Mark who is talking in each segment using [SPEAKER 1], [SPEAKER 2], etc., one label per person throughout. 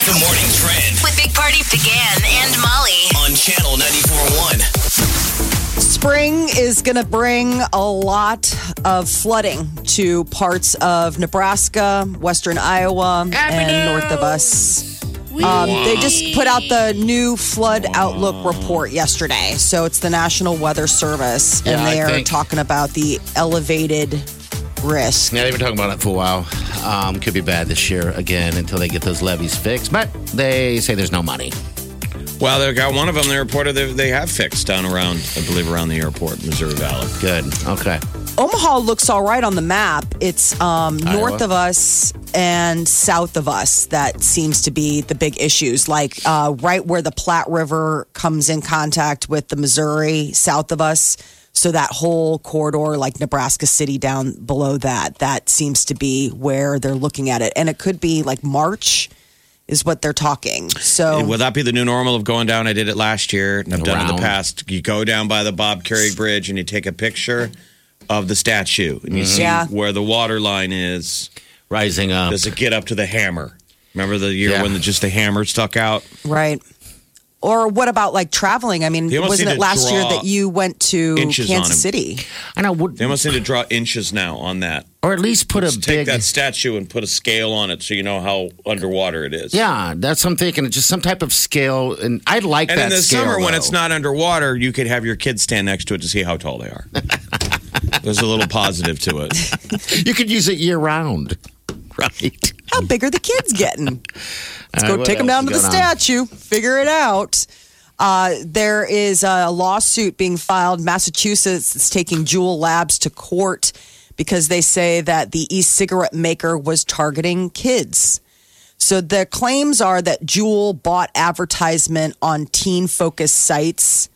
[SPEAKER 1] The morning trend
[SPEAKER 2] with Big Party began and Molly.
[SPEAKER 1] on channel 94.1.
[SPEAKER 3] Spring is going to bring a lot of flooding to parts of Nebraska, western Iowa, and north of us. Um, they just put out the new flood outlook report yesterday. So it's the National Weather Service, and
[SPEAKER 4] Yeah, I
[SPEAKER 3] they are
[SPEAKER 4] think-
[SPEAKER 3] talking about the elevated risk.
[SPEAKER 4] Yeah, they've been talking about it for a while. Um, could be bad this year again until they get those levies fixed. But they say there's no money.
[SPEAKER 5] Well, they got one of them. They reported they, they have fixed down around, I believe, around the airport, Missouri Valley.
[SPEAKER 4] Good. Okay.
[SPEAKER 3] Omaha looks all right on the map. It's um, north of us and south of us that seems to be the big issues. Like uh, right where the Platte River comes in contact with the Missouri, south of us. So that whole corridor, like Nebraska City down below that, that seems to be where they're looking at it. And it could be like March is what they're talking. So
[SPEAKER 5] Will that be the new normal of going down? I did it last year, and I've done it in
[SPEAKER 4] Oh. Around.
[SPEAKER 5] the past. You go down by the Bob Carey Bridge, and you take a picture of the statue, and
[SPEAKER 4] Mm-hmm.
[SPEAKER 5] you see
[SPEAKER 3] Yeah.
[SPEAKER 5] where the water line is.
[SPEAKER 4] Rising up.
[SPEAKER 5] Does it get up to the hammer? Remember the year
[SPEAKER 4] Yeah.
[SPEAKER 5] when the, just the hammer stuck out?
[SPEAKER 3] Right. Or what about like traveling? I mean,
[SPEAKER 5] You almost
[SPEAKER 3] wasn't
[SPEAKER 5] need
[SPEAKER 3] it
[SPEAKER 5] to
[SPEAKER 3] last year
[SPEAKER 5] draw
[SPEAKER 3] that you went to
[SPEAKER 5] inches on
[SPEAKER 3] Kansas
[SPEAKER 5] him.
[SPEAKER 3] City?
[SPEAKER 4] I know. Would,
[SPEAKER 5] They almost need to draw inches now on that.
[SPEAKER 4] or at least put a
[SPEAKER 5] Just take
[SPEAKER 4] big.
[SPEAKER 5] that statue and put a scale on it, so you know how underwater it is.
[SPEAKER 4] yeah, that's what I'm thinking. Just some type of scale, and I like
[SPEAKER 5] And
[SPEAKER 4] that.
[SPEAKER 5] in the
[SPEAKER 4] scale,
[SPEAKER 5] summer, when
[SPEAKER 4] though.
[SPEAKER 5] it's not underwater, you could have your kids stand next to it to see how tall they are. There's a little positive to it.
[SPEAKER 4] you could use it year round, right?
[SPEAKER 3] How big are the kids getting? Let's go
[SPEAKER 4] All right, what
[SPEAKER 3] take them
[SPEAKER 4] else
[SPEAKER 3] down to
[SPEAKER 4] is
[SPEAKER 3] the
[SPEAKER 4] going on?
[SPEAKER 3] statue, figure it out. Uh, there is a lawsuit being filed. Massachusetts is taking Juul Labs to court because they say that the e cigarette maker was targeting kids. So the claims are that Juul bought advertisement on teen focused sites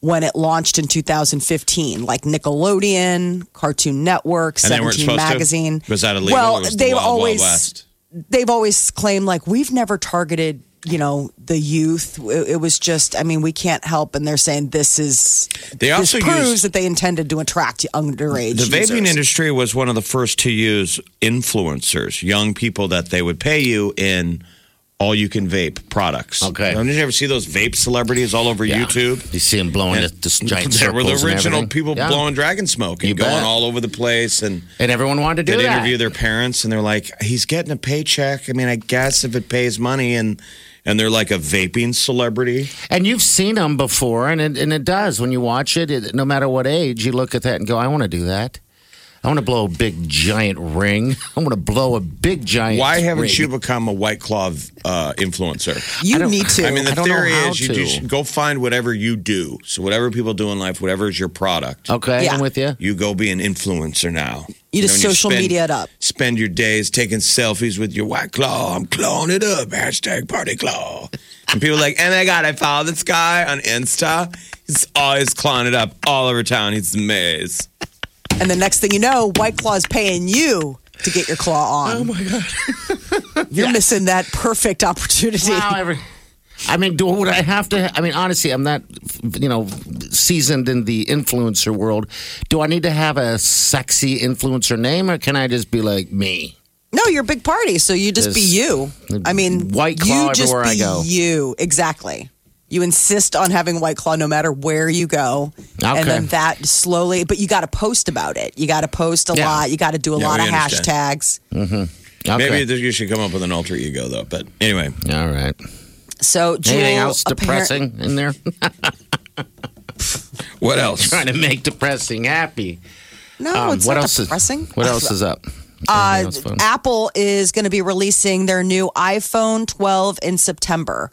[SPEAKER 3] when it launched in 2015, like Nickelodeon, Cartoon Network,
[SPEAKER 5] And they
[SPEAKER 3] 17
[SPEAKER 5] weren't supposed to?
[SPEAKER 3] Magazine.
[SPEAKER 5] Was that illegal?
[SPEAKER 3] Well,
[SPEAKER 5] It was the
[SPEAKER 3] they
[SPEAKER 5] Wild, Wild
[SPEAKER 3] always
[SPEAKER 5] West.
[SPEAKER 3] they've always claimed like we've never targeted you know the youth. It, it was just I mean we can't help, and they're saying this is
[SPEAKER 5] They
[SPEAKER 3] this
[SPEAKER 5] also
[SPEAKER 3] proves
[SPEAKER 5] used-
[SPEAKER 3] that they intended to attract underage.
[SPEAKER 5] The vaping
[SPEAKER 3] users.
[SPEAKER 5] industry was one of the first to use influencers, young people that they would pay you in all you can vape products.
[SPEAKER 4] Okay.
[SPEAKER 5] Don't you ever see those vape celebrities all over
[SPEAKER 4] Yeah.
[SPEAKER 5] YouTube?
[SPEAKER 4] You see them blowing the,
[SPEAKER 5] And
[SPEAKER 4] the giant
[SPEAKER 5] there were the
[SPEAKER 4] circles and
[SPEAKER 5] original
[SPEAKER 4] everything.
[SPEAKER 5] people
[SPEAKER 4] Yeah.
[SPEAKER 5] blowing dragon smoke and
[SPEAKER 4] You
[SPEAKER 5] going
[SPEAKER 4] bet.
[SPEAKER 5] all over the place and
[SPEAKER 4] and everyone wanted to do
[SPEAKER 5] they'd
[SPEAKER 4] that.
[SPEAKER 5] interview their parents and they're like he's getting a paycheck i mean i guess if it pays money and and they're like a vaping celebrity
[SPEAKER 4] And you've seen them before, and it, and it does. When you watch it, it, no matter what age, you look at that and go, I want to do that. I want to blow a big giant ring. I want to blow a big giant
[SPEAKER 5] why haven't you
[SPEAKER 4] ring.
[SPEAKER 5] become a white claw uh, influencer
[SPEAKER 3] you need to.
[SPEAKER 5] i mean the
[SPEAKER 4] I don't know
[SPEAKER 5] theory
[SPEAKER 4] how
[SPEAKER 5] is you,
[SPEAKER 4] to.
[SPEAKER 5] you should go find whatever you do so whatever people do in life whatever is your product
[SPEAKER 4] Okay,
[SPEAKER 3] Yeah.
[SPEAKER 4] I'm with you.
[SPEAKER 5] you go be an influencer now
[SPEAKER 3] You just
[SPEAKER 5] and
[SPEAKER 3] social media it up.
[SPEAKER 5] spend your days taking selfies with your white claw i'm clawing it up hashtag party claw and people are like oh my god i follow this guy on insta he's always clawing it up all over town he's a maze
[SPEAKER 3] and the next thing you know, White Claw's paying you to get your claw on. Oh my god, you're missing that perfect opportunity.
[SPEAKER 4] Wow, every- I mean, do would I have to? I mean, honestly, I'm not, you know, seasoned in the influencer world. Do I need to have a sexy influencer name, or can I just be like me?
[SPEAKER 3] No, you're a big party, so you just be
[SPEAKER 4] There's
[SPEAKER 3] you. I mean,
[SPEAKER 4] White Claw
[SPEAKER 3] you just
[SPEAKER 4] everywhere I
[SPEAKER 3] be
[SPEAKER 4] go.
[SPEAKER 3] You exactly. You insist on having White Claw no matter where you go,
[SPEAKER 4] Okay.
[SPEAKER 3] and then that slowly. But you got to post about it. You got to post a
[SPEAKER 4] Yeah.
[SPEAKER 3] lot. You got to do a
[SPEAKER 5] Yeah,
[SPEAKER 3] lot
[SPEAKER 5] we
[SPEAKER 3] of
[SPEAKER 5] understand.
[SPEAKER 3] hashtags.
[SPEAKER 4] Okay.
[SPEAKER 5] Maybe th- you should come up with an alter ego, though. But anyway,
[SPEAKER 4] All right.
[SPEAKER 3] So Jewel,
[SPEAKER 4] Anything else
[SPEAKER 3] appar-
[SPEAKER 4] depressing in there?
[SPEAKER 5] what else?
[SPEAKER 4] Trying to make depressing happy.
[SPEAKER 3] No,
[SPEAKER 4] Um,
[SPEAKER 3] it's
[SPEAKER 4] what
[SPEAKER 3] not
[SPEAKER 4] else
[SPEAKER 3] depressing.
[SPEAKER 4] Is, what else is up? Anything
[SPEAKER 3] Uh,
[SPEAKER 4] else fun?
[SPEAKER 3] Apple is going to be releasing their new iPhone 12 in September.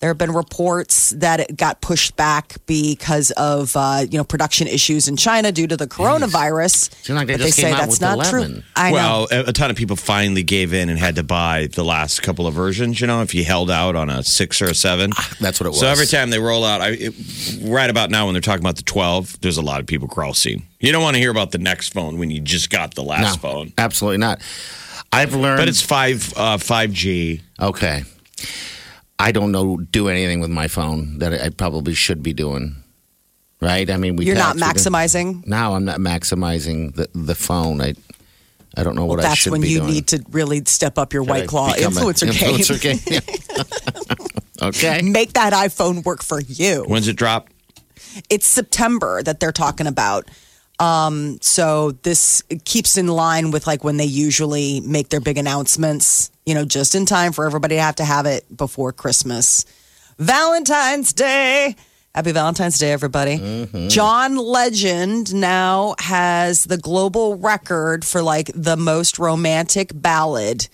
[SPEAKER 3] There have been reports that it got pushed back because of uh, you know production issues in China due to the coronavirus.
[SPEAKER 4] Seems like they
[SPEAKER 3] but
[SPEAKER 4] just
[SPEAKER 3] they say
[SPEAKER 4] came out
[SPEAKER 3] that's
[SPEAKER 4] with
[SPEAKER 3] not
[SPEAKER 4] 11.
[SPEAKER 3] true. I know.
[SPEAKER 5] well, a, a ton of people finally gave in and had to buy the last couple of versions. You know, if you held out on a six or a seven,
[SPEAKER 3] Ah,
[SPEAKER 4] That's what it was.
[SPEAKER 5] So every time they roll out, I, it, right about now when they're talking about the twelve, there's a lot of people crossing. You don't want to hear about the next phone when you just got the
[SPEAKER 4] no,
[SPEAKER 5] last phone.
[SPEAKER 4] absolutely not. I've learned,
[SPEAKER 5] But it's five uh, five G.
[SPEAKER 4] okay. I don't know do anything with my phone that I probably should be doing. Right? I mean, we
[SPEAKER 3] You're not
[SPEAKER 4] text, we do-
[SPEAKER 3] maximizing.
[SPEAKER 4] Now I'm not maximizing the, the phone. I I don't know what I
[SPEAKER 3] That's
[SPEAKER 4] should
[SPEAKER 3] when
[SPEAKER 4] be
[SPEAKER 3] you
[SPEAKER 4] doing.
[SPEAKER 3] need to really step up your white
[SPEAKER 4] I
[SPEAKER 3] claw
[SPEAKER 4] become an
[SPEAKER 3] influencer, game.
[SPEAKER 4] influencer game. Yeah. okay.
[SPEAKER 3] Make that iPhone work for you.
[SPEAKER 5] When's it drop?
[SPEAKER 3] it's September that they're talking about. Um, so this keeps in line with like when they usually make their big announcements, you know, just in time for everybody to have to have it before Christmas. Valentine's Day. Happy Valentine's Day, everybody. John Legend now has the global record for like the most romantic ballad.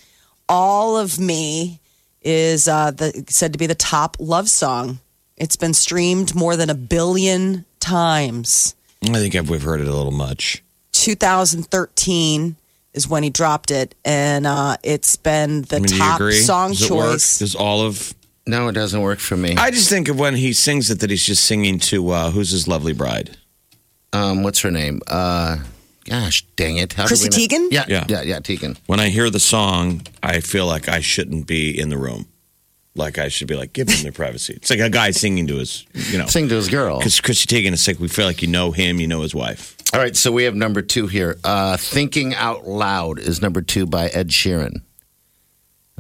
[SPEAKER 3] All of Me is uh, the, said to be the top love song. It's been streamed more than a billion times.
[SPEAKER 5] I think I've, we've heard it a little much.
[SPEAKER 3] 2013 is when he dropped it, and uh, it's been the
[SPEAKER 5] I mean, do you
[SPEAKER 3] top
[SPEAKER 5] agree?
[SPEAKER 3] song
[SPEAKER 5] Does it work?
[SPEAKER 3] choice.
[SPEAKER 5] Does all of
[SPEAKER 4] No, it doesn't work for me.
[SPEAKER 5] I just think of when he sings it that he's just singing to uh, who's his lovely bride.
[SPEAKER 4] um, what's her name? Uh, gosh, dang it. How did
[SPEAKER 3] Chrissy
[SPEAKER 4] we not-
[SPEAKER 3] Teigen?
[SPEAKER 4] Yeah, yeah, yeah,
[SPEAKER 5] Yeah.
[SPEAKER 4] yeah, Teigen.
[SPEAKER 5] When I hear the song, I feel like I shouldn't be in the room. Like I should be like, give him their privacy. It's like a guy singing to his, you know,
[SPEAKER 4] Sing to his girl.
[SPEAKER 5] because Chrissy Teigen is sick. We feel like you know him, you know his wife.
[SPEAKER 4] All right, so we have number two here. Uh, Thinking Out Loud is number two by Ed Sheeran.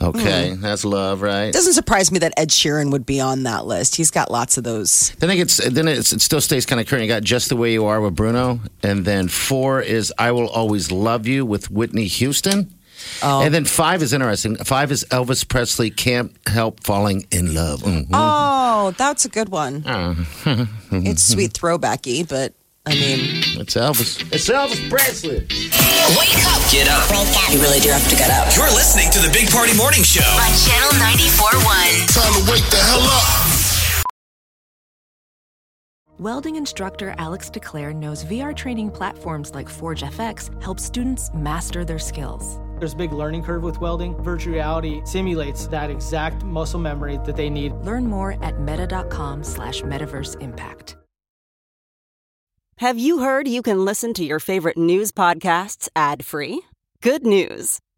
[SPEAKER 4] Okay, that's love, right?
[SPEAKER 3] Doesn't surprise me that Ed Sheeran would be on that list. He's got lots of those.
[SPEAKER 4] Then it gets, then it's, it still stays kind of current. You got Just the Way You Are with Bruno, and then four is I Will Always Love You with Whitney Houston, and then five is interesting. Five is Elvis Presley Can't Help Falling in Love. Mhm.
[SPEAKER 5] Mm-hmm.
[SPEAKER 3] Oh, that's a good one.
[SPEAKER 4] Oh.
[SPEAKER 3] it's
[SPEAKER 5] Mm-hmm.
[SPEAKER 3] sweet throwbacky, but I mean,
[SPEAKER 4] It's Elvis. It's Elvis Presley.
[SPEAKER 2] Wake up
[SPEAKER 1] Get up.
[SPEAKER 6] You really do have to get up.
[SPEAKER 1] You're listening to the Big Party Morning Show.
[SPEAKER 2] on Channel 94.1.
[SPEAKER 7] Time to wake the hell up.
[SPEAKER 8] Welding instructor Alex DeClaire knows VR training platforms like Forge FX help students master their skills.
[SPEAKER 9] There's a big learning curve with welding. Virtual reality simulates that exact muscle memory that they need.
[SPEAKER 8] Learn more at meta.com slash metaverse impact.
[SPEAKER 6] Have you heard you can listen to your favorite news podcasts ad free? Good news!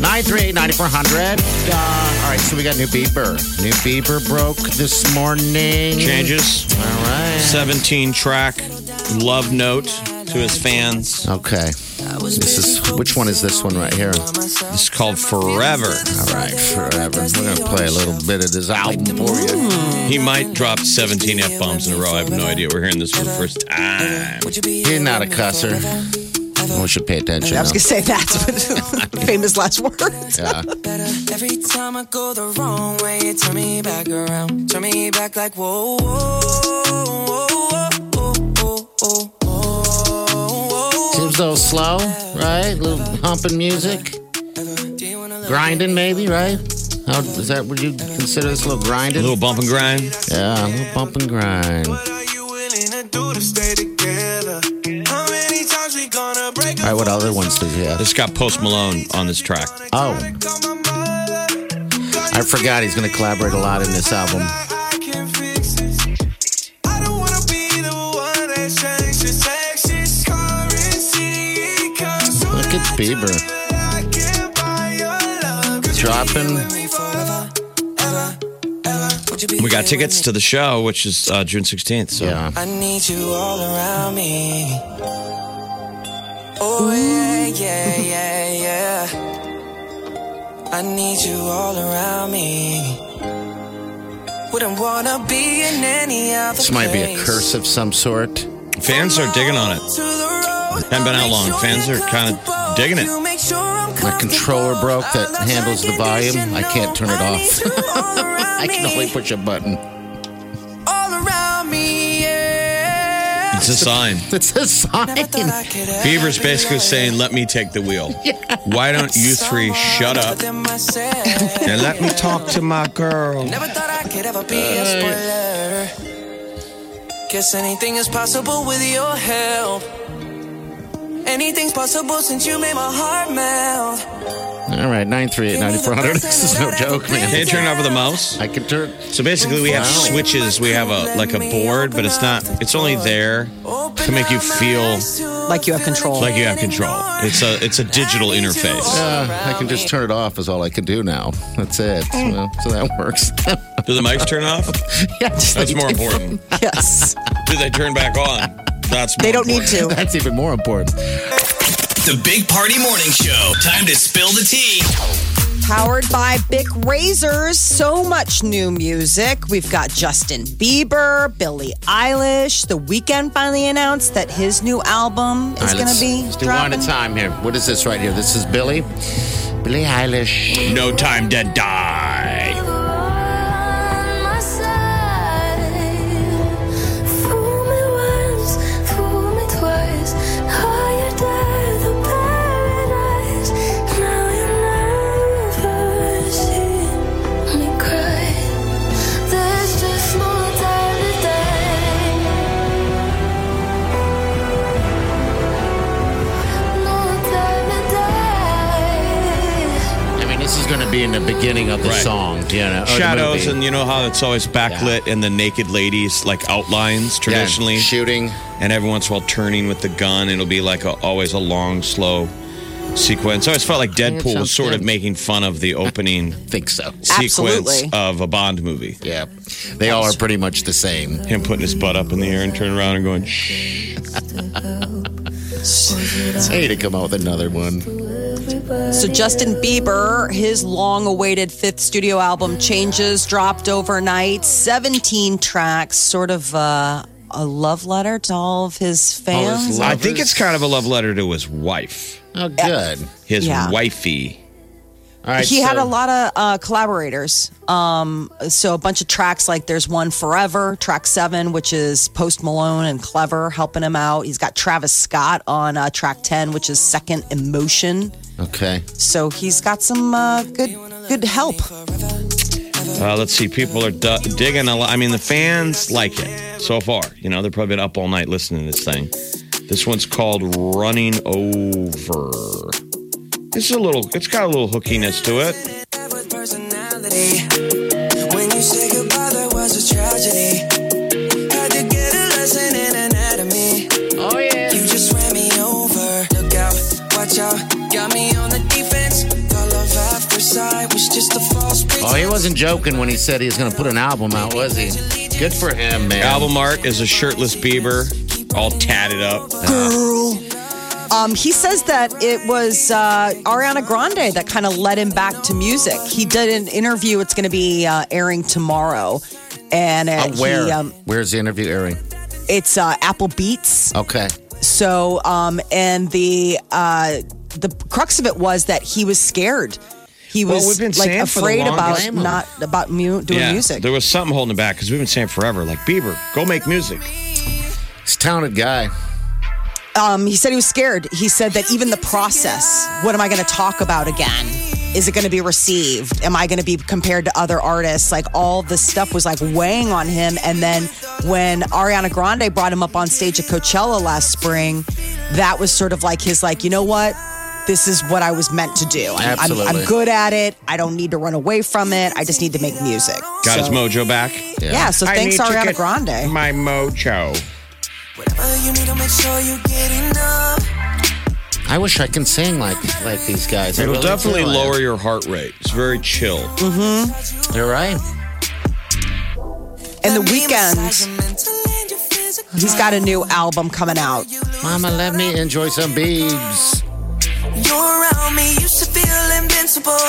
[SPEAKER 4] 938 9400. Uh, all right, so we got new Bieber. New Bieber broke this morning.
[SPEAKER 5] Changes
[SPEAKER 4] All right.
[SPEAKER 5] 17 track love note to his fans.
[SPEAKER 4] Okay. This is which one is this one right here?
[SPEAKER 5] It's called Forever.
[SPEAKER 4] All right, forever. We're gonna play a little bit of this album for you.
[SPEAKER 5] He might drop 17 F bombs in a row. I have no idea. We're hearing this for the first time.
[SPEAKER 4] You're not a cusser. We should pay attention.
[SPEAKER 3] I was
[SPEAKER 4] though.
[SPEAKER 3] gonna say that's famous last words.
[SPEAKER 4] Yeah.
[SPEAKER 10] Every time I go the wrong way, you turn me back around. Turn me back like whoa, whoa, whoa, whoa, whoa, whoa, whoa, whoa, whoa.
[SPEAKER 4] Seems a little slow, right? A little humping music. Grinding, maybe, right? How, is that what you consider this a little
[SPEAKER 5] A
[SPEAKER 4] grinding?
[SPEAKER 5] little bump and grind.
[SPEAKER 4] Yeah, a little bump and grind. All
[SPEAKER 10] What are you willing to do to stay together? How many times we gonna break
[SPEAKER 4] right, what other ones did you have?
[SPEAKER 5] This got Post Malone on this track.
[SPEAKER 10] Call
[SPEAKER 4] Oh,
[SPEAKER 10] my mother.
[SPEAKER 4] I forgot he's going to collaborate a lot in this album.
[SPEAKER 10] I, I can fix it. I don't wanna be the one that changes. Sex currency. Cause
[SPEAKER 4] Look at Bieber
[SPEAKER 10] I can't buy your love.
[SPEAKER 4] dropping.
[SPEAKER 5] We got tickets to the show, which is uh, June 16th. So
[SPEAKER 4] Yeah.
[SPEAKER 10] I need you all around me. Oh, yeah, yeah, yeah, yeah. I need you all around me. Wouldn't wanna be in any other
[SPEAKER 4] This might be a
[SPEAKER 10] place.
[SPEAKER 4] curse of some sort.
[SPEAKER 5] fans are digging on it.
[SPEAKER 10] To the road
[SPEAKER 5] Haven't been out long. Fans are kind of digging it.
[SPEAKER 4] My controller broke that handles the volume. I can't turn it off. I can only push a button.
[SPEAKER 10] all around me, yeah.
[SPEAKER 5] It's a sign.
[SPEAKER 4] It's a sign.
[SPEAKER 5] Beaver's basically saying, "Let me take the wheel. Why don't you three shut up and let me talk to my girl?"
[SPEAKER 10] Never thought I could ever be a spoiler. Guess anything is possible with your help. Anything's possible since you made my heart melt.
[SPEAKER 4] All right, 938 9400. This is no joke,
[SPEAKER 5] Can you
[SPEAKER 4] man.
[SPEAKER 5] turn it over the mouse?
[SPEAKER 4] I can turn.
[SPEAKER 5] So basically, we have switches. We have a like a board, but it's not. It's only there to make you feel
[SPEAKER 3] Like you have control.
[SPEAKER 5] like you have control. It's a it's a digital interface.
[SPEAKER 4] Uh, I can just turn it off, is all I can do now. That's it. Well, so that works.
[SPEAKER 5] Do the mics turn off?
[SPEAKER 4] yeah, just
[SPEAKER 5] That's
[SPEAKER 4] like-
[SPEAKER 5] more important.
[SPEAKER 3] yes.
[SPEAKER 5] Do they turn back on? That's more
[SPEAKER 3] They don't need
[SPEAKER 5] important.
[SPEAKER 3] to.
[SPEAKER 4] That's even more important.
[SPEAKER 1] The Big Party Morning Show. Time to spill the tea.
[SPEAKER 3] Powered by Bic Razors. So much new music. We've got Justin Bieber, Billie Eilish. The Weeknd finally announced that his new album is
[SPEAKER 4] All right,
[SPEAKER 3] going
[SPEAKER 4] let's-
[SPEAKER 3] to be
[SPEAKER 4] Let's do one
[SPEAKER 3] dropping.
[SPEAKER 4] at a time here. What is this right here? This is Billy. Billy Eilish.
[SPEAKER 5] No time to die.
[SPEAKER 4] I mean, this is going to be in the beginning of the
[SPEAKER 5] Right.
[SPEAKER 4] song. You know, or the
[SPEAKER 5] Shadows,
[SPEAKER 4] movie.
[SPEAKER 5] and you know how it's always backlit and the naked ladies, like outlines
[SPEAKER 4] Yeah,
[SPEAKER 5] traditionally.
[SPEAKER 4] shooting.
[SPEAKER 5] and every once in a while turning with the gun. It'll be like a, always a long, slow sequence. I always felt like Deadpool was
[SPEAKER 4] sounds
[SPEAKER 5] sort of
[SPEAKER 4] good.
[SPEAKER 5] making fun of the opening
[SPEAKER 4] Think so.
[SPEAKER 5] sequence
[SPEAKER 3] Absolutely.
[SPEAKER 5] of a Bond movie.
[SPEAKER 4] Yeah, they all are pretty much the same.
[SPEAKER 5] Him putting his butt up in the air and turning around and going, shh.
[SPEAKER 4] Hey, to come out with another one.
[SPEAKER 3] So Justin Bieber, his long-awaited fifth studio album, Changes, dropped overnight. Seventeen tracks, sort of uh, a love letter to all of his
[SPEAKER 4] All his
[SPEAKER 3] fans.
[SPEAKER 4] lo-
[SPEAKER 5] I think it's kind of a love letter to his wife,
[SPEAKER 4] Oh, good.
[SPEAKER 5] his
[SPEAKER 3] Yeah.
[SPEAKER 5] wifey.
[SPEAKER 4] All right.
[SPEAKER 3] he had
[SPEAKER 4] so-
[SPEAKER 3] a lot of uh, collaborators. Um, so a bunch of tracks, like there's one Forever, track seven, which is Post Malone and Clever helping him out. He's got Travis Scott on uh, track ten, which is Second Emotion.
[SPEAKER 4] Okay.
[SPEAKER 3] So he's got some uh, good good help.
[SPEAKER 5] Uh, let's see, people are du- digging a lot. I mean, the fans like it so far. You know, they've probably been up all night listening to this thing. This one's called Running Over. It's a little, it's got a little hookiness to it.
[SPEAKER 10] With personality. When you say goodbye, there was a tragedy. Had to get a lesson in anatomy.
[SPEAKER 4] Oh yeah.
[SPEAKER 10] You just ran me over. Look out, watch out. Got me on the defense. Thought love at first sight was just a false pretense.
[SPEAKER 4] Oh, he wasn't joking when he said he was going to put an album out, was he? Good for him, man.
[SPEAKER 5] Album art is a shirtless Bieber, all tatted up.
[SPEAKER 3] Um, he says that it was uh, Ariana Grande that kind of led him back to music. He did an interview. It's going to be uh, airing tomorrow, and uh,
[SPEAKER 4] Uh, where?
[SPEAKER 3] he, um,
[SPEAKER 4] Where's the interview airing?
[SPEAKER 3] it's uh, Apple Beats.
[SPEAKER 4] Okay.
[SPEAKER 3] So, um, and the uh, the crux of it was that he was scared. He
[SPEAKER 5] Well,
[SPEAKER 3] was
[SPEAKER 5] we've been
[SPEAKER 3] like
[SPEAKER 5] saying for the
[SPEAKER 3] afraid
[SPEAKER 5] longest-
[SPEAKER 3] about not about mu- doing music.
[SPEAKER 5] There was something holding it back because we've been saying forever, like Bieber, go make music.
[SPEAKER 4] He's a talented guy.
[SPEAKER 3] Um, he said he was scared. He said that even the process, what am I going to talk about again? Is it going to be received? Am I going to be compared to other artists? Like all this stuff was like weighing on him. And then when Ariana Grande brought him up on stage at Coachella last spring, that was sort of like his like, you know what? This is what I was meant to do. I'm, I'm, I'm
[SPEAKER 4] Absolutely.
[SPEAKER 3] good at it. I don't need to run away from it. I just need to make music.
[SPEAKER 5] Got his
[SPEAKER 3] So-
[SPEAKER 5] mojo back.
[SPEAKER 3] Yeah. so
[SPEAKER 5] I
[SPEAKER 3] thanks,
[SPEAKER 5] need to
[SPEAKER 3] Ariana
[SPEAKER 5] get
[SPEAKER 3] Grande.
[SPEAKER 5] My mojo.
[SPEAKER 10] Whatever you need to make sure you get enough.
[SPEAKER 4] I wish I can sing like like these guys. I
[SPEAKER 5] It'll
[SPEAKER 4] really
[SPEAKER 5] definitely
[SPEAKER 4] feel it.
[SPEAKER 5] lower your heart rate. It's very chill.
[SPEAKER 3] Mm-hmm.
[SPEAKER 4] You're right.
[SPEAKER 3] And the weekend, he's got a new album coming out.
[SPEAKER 4] Mama, let me enjoy some beebs.
[SPEAKER 10] You're around me, used to feel invincible.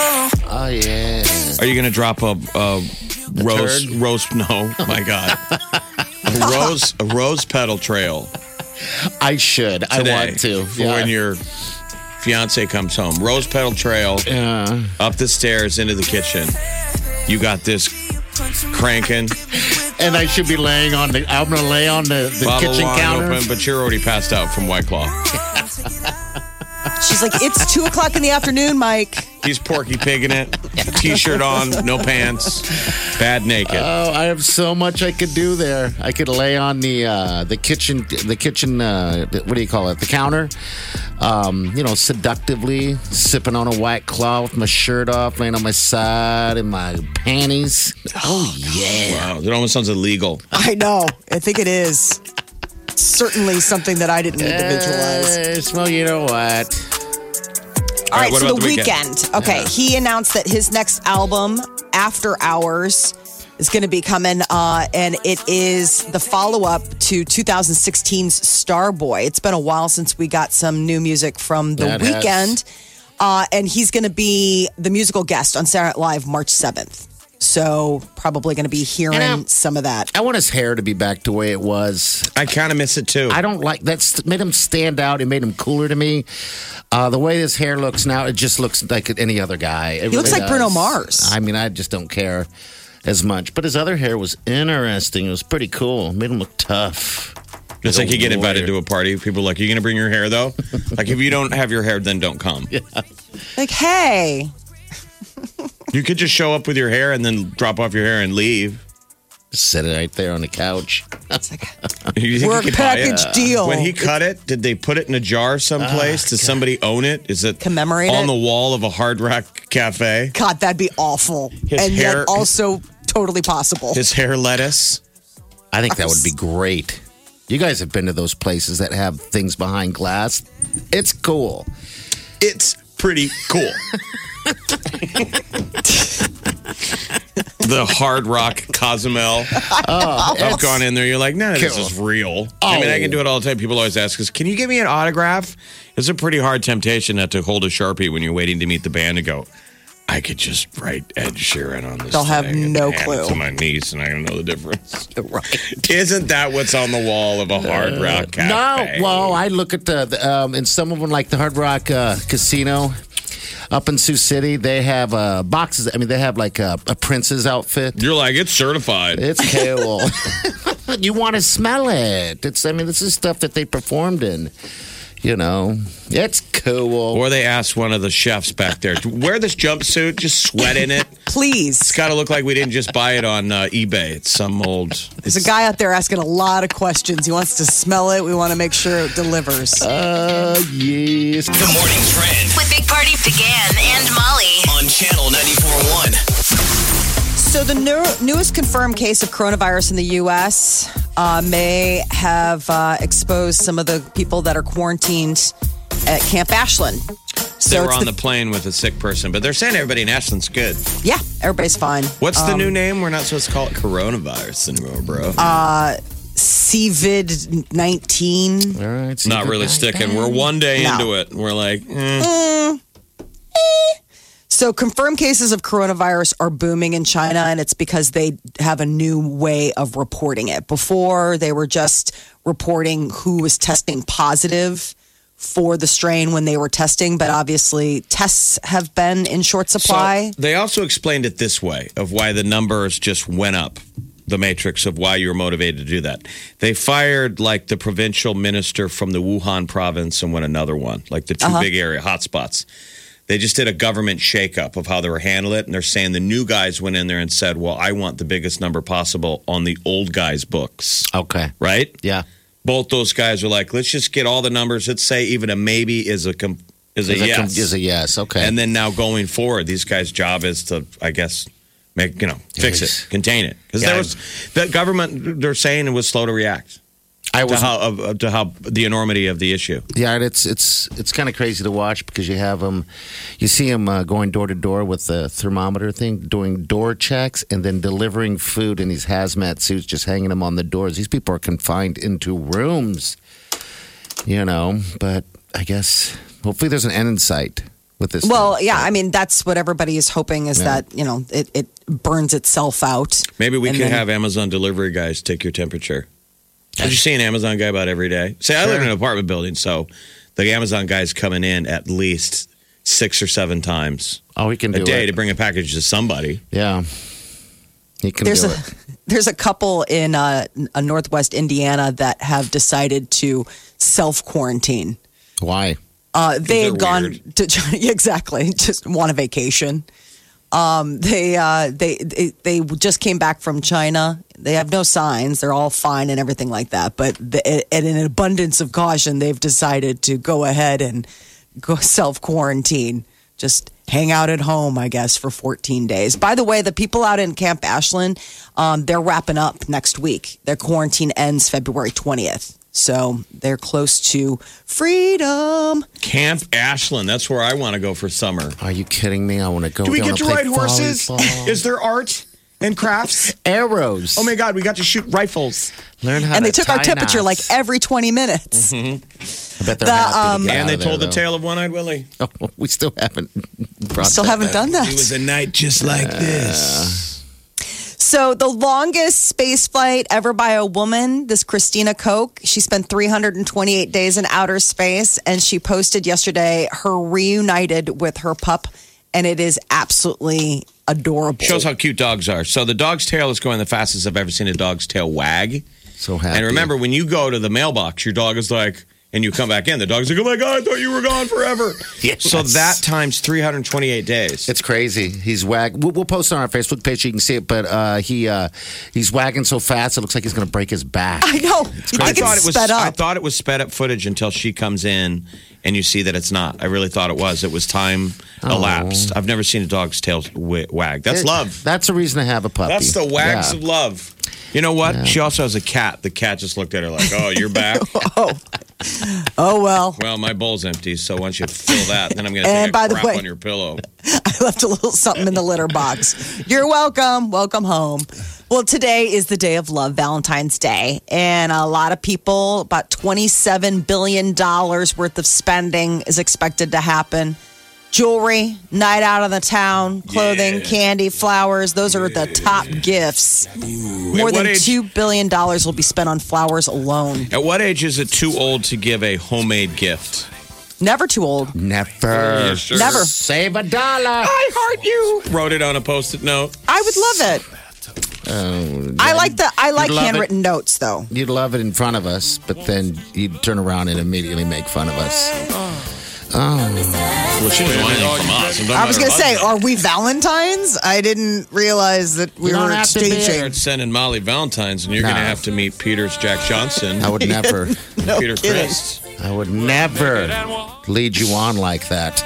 [SPEAKER 4] Oh yeah.
[SPEAKER 5] Are you going to drop a, a rose?
[SPEAKER 4] turd?
[SPEAKER 5] Rose? No, my God. a rose, a rose petal trail.
[SPEAKER 4] I should.
[SPEAKER 5] today
[SPEAKER 4] I want to.
[SPEAKER 5] for when your fiance comes home. Rose Petal Trail,
[SPEAKER 4] Yeah.
[SPEAKER 5] up the stairs into the kitchen. You got this cranking,
[SPEAKER 4] and I should be laying on the. I'm gonna lay on the, the
[SPEAKER 5] bottle
[SPEAKER 4] kitchen
[SPEAKER 5] wine
[SPEAKER 4] counter.
[SPEAKER 5] open, but you're already passed out from White Claw.
[SPEAKER 3] She's like, it's two o'clock in the afternoon, Mike.
[SPEAKER 5] He's porky pigging it, t-shirt on, no pants, bad naked.
[SPEAKER 4] Oh, I have so much I could do there. I could lay on the uh, the kitchen the kitchen uh, what do you call it the counter, um, you know, seductively sipping on a white claw with my shirt off, laying on my side in my panties. Oh yeah.
[SPEAKER 5] wow, it almost sounds illegal.
[SPEAKER 3] I know. I think it is. Certainly something that I didn't individualize.
[SPEAKER 4] Yes, well, you know what.
[SPEAKER 3] All right,
[SPEAKER 5] All right, Uh, what
[SPEAKER 3] so
[SPEAKER 5] about
[SPEAKER 3] the,
[SPEAKER 5] the
[SPEAKER 3] weekend.
[SPEAKER 5] weekend?
[SPEAKER 3] Okay, he announced that his next album, After Hours, is going to be coming, uh, and it is the follow up to 2016's Starboy. It's been a while since we got some new music from the
[SPEAKER 4] That has-
[SPEAKER 3] weekend, uh, and he's going to be the musical guest on Saturday Night Live March 7th. So probably going to be hearing
[SPEAKER 4] And I'm-
[SPEAKER 3] some of that.
[SPEAKER 4] I want his hair to be back to the way it was.
[SPEAKER 5] I kind of miss it too.
[SPEAKER 4] I don't like that's made him stand out. It made him cooler to me. Uh, the way his hair looks now, it just looks like any other guy. It
[SPEAKER 3] He looks
[SPEAKER 4] really
[SPEAKER 3] like Bruno
[SPEAKER 4] does.
[SPEAKER 3] Mars.
[SPEAKER 4] I mean, I just don't care as much. But his other hair was interesting. It was pretty cool. Made him look tough.
[SPEAKER 5] It's like
[SPEAKER 4] a
[SPEAKER 5] you get invited to
[SPEAKER 4] warrior.
[SPEAKER 5] a party. People are like, you going to bring your hair though? like, if you don't have your hair, then don't come.
[SPEAKER 3] Like, hey,
[SPEAKER 5] You could just show up with your hair and then drop off your hair and leave.
[SPEAKER 4] Sit it right there on the couch.
[SPEAKER 3] it's like
[SPEAKER 5] You think
[SPEAKER 3] We're
[SPEAKER 5] you
[SPEAKER 3] a
[SPEAKER 5] could buy it?
[SPEAKER 3] package deal.
[SPEAKER 5] When he cut it, did they put it in a jar someplace? Does somebody own it? Is it
[SPEAKER 3] Commemorate
[SPEAKER 5] on
[SPEAKER 3] it?
[SPEAKER 5] the wall of a Hard Rock Cafe?
[SPEAKER 3] God, that'd be awful,
[SPEAKER 5] His
[SPEAKER 3] and
[SPEAKER 5] hair-
[SPEAKER 3] yet also totally possible.
[SPEAKER 5] His hair lettuce.
[SPEAKER 4] I think that would be great. You guys have been to those places that have things behind glass. It's cool.
[SPEAKER 5] It's pretty cool. the Hard Rock Cozumel.
[SPEAKER 3] Oh,
[SPEAKER 5] I've gone in there. You're like, none of this
[SPEAKER 4] Cool.
[SPEAKER 5] is real. I mean, I can do it all the time. People always ask us, can you give me an autograph? It's a pretty hard temptation not to hold a Sharpie when you're waiting to meet the band and go, I could just write Ed Sheeran on this.
[SPEAKER 3] They'll have
[SPEAKER 5] thing and
[SPEAKER 3] no
[SPEAKER 5] hand
[SPEAKER 3] clue.
[SPEAKER 5] It to my niece, and I don't know the difference.
[SPEAKER 4] Right.
[SPEAKER 5] Isn't that what's on the wall of a Hard Rock
[SPEAKER 3] Uh,
[SPEAKER 5] Cafe?
[SPEAKER 4] No, well, I look at the, the um, in some of them like the Hard Rock uh, Casino up in Sioux City. They have uh, boxes. I mean, they have like uh, a, a prince's outfit.
[SPEAKER 5] You're like, it's certified.
[SPEAKER 4] It's cool. you want to smell it? It's. I mean, this is stuff that they performed in. You know, it's cool.
[SPEAKER 5] Or they asked one of the chefs back there, wear this jumpsuit, just sweat in it.
[SPEAKER 3] Please.
[SPEAKER 5] It's got to look like we didn't just buy it on uh, eBay. It's some old. It's,
[SPEAKER 3] There's a guy out there asking a lot of questions. He wants to smell it. We want to make sure it delivers.
[SPEAKER 4] Uh, yes.
[SPEAKER 1] The morning trend
[SPEAKER 2] With Big Party began and Molly.
[SPEAKER 1] on channel 941.
[SPEAKER 3] so, the new, newest confirmed case of coronavirus in the U.S. Uh, may have uh, exposed some of the people that are quarantined at Camp Ashland. So
[SPEAKER 5] they were
[SPEAKER 3] it's
[SPEAKER 5] on the plane with a sick person, but they're saying everybody in Ashland's good.
[SPEAKER 3] yeah, everybody's fine. Uh,
[SPEAKER 5] What's the new name? We're not supposed to call it coronavirus anymore, bro.
[SPEAKER 3] uh, CVID nineteen.
[SPEAKER 4] All right.
[SPEAKER 5] not really sticking. We're one day
[SPEAKER 3] No.
[SPEAKER 5] into it. We're like, eh.
[SPEAKER 3] So, confirmed cases of coronavirus are booming in China, and it's because they have a new way of reporting it. Before, they were just reporting who was testing positive for the strain when they were testing, but obviously, tests have been in short supply.
[SPEAKER 5] So Uh, they also explained it this way of why the numbers just went up, the matrix of why you were motivated to do that. They fired like the provincial minister from the Wuhan province and went another one, like the 2
[SPEAKER 4] Uh-huh.
[SPEAKER 5] big area hotspots. They just did a government shakeup of how they were handling it, and they're saying the new guys went in there and said, "Well, I want the biggest number possible on the old guys' books."
[SPEAKER 4] Okay.
[SPEAKER 5] Right?
[SPEAKER 4] Yeah.
[SPEAKER 5] Both those guys are like, "Let's just get all the numbers. Let's say even a maybe is a com- is a
[SPEAKER 4] Is a,
[SPEAKER 5] yes."
[SPEAKER 4] is a yes. Okay.
[SPEAKER 5] And then now going forward, these guys' job is to, I guess, make you know, fix
[SPEAKER 4] Yes.
[SPEAKER 5] it, contain it, because
[SPEAKER 4] Yeah,
[SPEAKER 5] there was the government. They're saying it was slow to react
[SPEAKER 4] I
[SPEAKER 5] to
[SPEAKER 4] was
[SPEAKER 5] how of- of- to how the enormity of the issue.
[SPEAKER 4] Yeah, and it's it's it's kind of crazy to watch because you have them, you see them uh, going door to door with the thermometer thing, doing door checks, and then delivering food in these hazmat suits, just hanging them on the doors. These people are confined into rooms, you know. But I guess hopefully there's an end in sight with this.
[SPEAKER 3] Well,
[SPEAKER 4] thing.
[SPEAKER 3] yeah, I mean, that's what everybody is hoping is
[SPEAKER 4] Yeah.
[SPEAKER 3] that, you know, it, it burns itself out.
[SPEAKER 5] Maybe we
[SPEAKER 3] And then-
[SPEAKER 5] could have Amazon delivery guys take your temperature. Don't you see an Amazon guy about every day? Say, I live in an apartment building, so the Amazon guy's coming in at least six or seven times
[SPEAKER 4] Oh, he can do
[SPEAKER 5] a day
[SPEAKER 4] it.
[SPEAKER 5] to bring a package to somebody.
[SPEAKER 4] yeah, he can
[SPEAKER 3] There's
[SPEAKER 4] do
[SPEAKER 3] a
[SPEAKER 4] it.
[SPEAKER 3] there's a couple in uh, n- uh, Northwest Indiana that have decided to self quarantine.
[SPEAKER 4] Why?
[SPEAKER 3] Uh, they had
[SPEAKER 5] they're
[SPEAKER 3] gone
[SPEAKER 5] weird.
[SPEAKER 3] to yeah, exactly just want a vacation. Um, they, uh, they they they just came back from China. They have no signs. They're all fine and everything like that. But the, in an abundance of caution, they've decided to go ahead and go self quarantine. Just hang out at home, I guess, for 14 days. By the way, the people out in Camp Ashland, um, they're wrapping up next week. Their quarantine ends February 20th. So they're close to freedom.
[SPEAKER 5] Camp Ashland, that's where I want to go for summer.
[SPEAKER 4] Are you kidding me? I want to go.
[SPEAKER 5] Do we
[SPEAKER 4] I
[SPEAKER 5] get
[SPEAKER 4] wanna
[SPEAKER 5] to
[SPEAKER 4] play
[SPEAKER 5] ride horses?
[SPEAKER 4] volleyball.
[SPEAKER 5] Is there art and crafts?
[SPEAKER 4] Arrows.
[SPEAKER 5] Oh my God, we got to shoot rifles.
[SPEAKER 4] Learn how
[SPEAKER 3] and they
[SPEAKER 4] to
[SPEAKER 3] took our
[SPEAKER 4] tie
[SPEAKER 3] temperature like
[SPEAKER 4] knots. Mm-hmm.
[SPEAKER 3] every 20 minutes.
[SPEAKER 4] I bet they're
[SPEAKER 3] the,
[SPEAKER 4] happy to
[SPEAKER 3] um,
[SPEAKER 4] get
[SPEAKER 5] and
[SPEAKER 4] out
[SPEAKER 5] they
[SPEAKER 4] of there,
[SPEAKER 5] told the
[SPEAKER 4] though.
[SPEAKER 5] tale of One Eyed Willie.
[SPEAKER 4] Oh, we still haven't. Brought
[SPEAKER 3] Still
[SPEAKER 4] that
[SPEAKER 3] haven't
[SPEAKER 4] back.
[SPEAKER 3] done that.
[SPEAKER 5] a night just like this.
[SPEAKER 3] So the longest space flight ever by a woman, this Christina Koch, she spent 328 days in outer space and she posted yesterday her reunited with her pup and it is absolutely adorable.
[SPEAKER 5] Shows how cute dogs are. So the dog's tail is going the fastest I've ever seen a dog's tail wag.
[SPEAKER 4] So happy.
[SPEAKER 5] And remember, when you go to the mailbox, your dog is like, and you come back in, the dog's like, oh my God, I thought you were gone forever.
[SPEAKER 4] Yes.
[SPEAKER 5] So that times 328 days.
[SPEAKER 4] It's crazy. He's wag. We'll, we'll post it on our Facebook page. so You can see it, but uh, he uh, he's wagging so fast it looks like he's going to break his back.
[SPEAKER 3] I know.
[SPEAKER 5] I
[SPEAKER 3] I think
[SPEAKER 5] thought it
[SPEAKER 3] it's
[SPEAKER 5] was
[SPEAKER 3] sped
[SPEAKER 5] I
[SPEAKER 3] up.
[SPEAKER 5] thought it was sped up footage until she comes in and you see that it's not. I really thought it was. It was time
[SPEAKER 4] Oh.
[SPEAKER 5] elapsed. I've never seen a dog's tail wi- wag. That's
[SPEAKER 4] It-
[SPEAKER 5] love.
[SPEAKER 4] That's the reason to have a puppy.
[SPEAKER 5] That's the wags
[SPEAKER 4] Yeah.
[SPEAKER 5] of love. You know what? She also has a cat. The cat just looked at her like, "Oh, you're back."
[SPEAKER 3] oh well.
[SPEAKER 5] well, my bowl's empty, so why don't you fill that? Then I'm going to
[SPEAKER 3] And
[SPEAKER 5] take
[SPEAKER 3] by
[SPEAKER 5] a
[SPEAKER 3] the
[SPEAKER 5] crap
[SPEAKER 3] way-
[SPEAKER 5] on your pillow.
[SPEAKER 3] I left a little something in the litter box. You're welcome. Welcome home. Well, today is the day of love, Valentine's Day. And a lot of people, about $27 billion worth of spending is expected to happen. Jewelry, night out on the town, clothing, candy, flowers. Those are the top gifts. More
[SPEAKER 5] At what
[SPEAKER 3] than
[SPEAKER 5] age-
[SPEAKER 3] $2 billion will be spent on flowers alone.
[SPEAKER 5] At what age is it too old to give a homemade gift?
[SPEAKER 3] Never too old.
[SPEAKER 4] Never.
[SPEAKER 5] Yeah, sure.
[SPEAKER 3] Never.
[SPEAKER 4] Save a dollar.
[SPEAKER 5] I heart you. Wrote it on a post-it note.
[SPEAKER 3] I would love it. I like the I like
[SPEAKER 4] love it.
[SPEAKER 3] handwritten notes though.
[SPEAKER 4] Oh, You'd love it in front of us, but then you'd turn around and immediately make fun of us. Oh,
[SPEAKER 5] Well, she was whining from us. I'm talking
[SPEAKER 3] I was
[SPEAKER 5] about
[SPEAKER 3] gonna
[SPEAKER 5] her
[SPEAKER 3] say,
[SPEAKER 5] husband.
[SPEAKER 3] are we Valentines? I didn't realize that we
[SPEAKER 4] You don't
[SPEAKER 3] were
[SPEAKER 4] have to be.
[SPEAKER 3] exchanging.
[SPEAKER 5] start sending Molly Valentines, and you're going to
[SPEAKER 4] No.
[SPEAKER 5] have to meet Peter's Jack Johnson,
[SPEAKER 4] I would never.
[SPEAKER 5] Peter
[SPEAKER 3] kidding.
[SPEAKER 5] Christ.
[SPEAKER 4] I would never lead you on like that.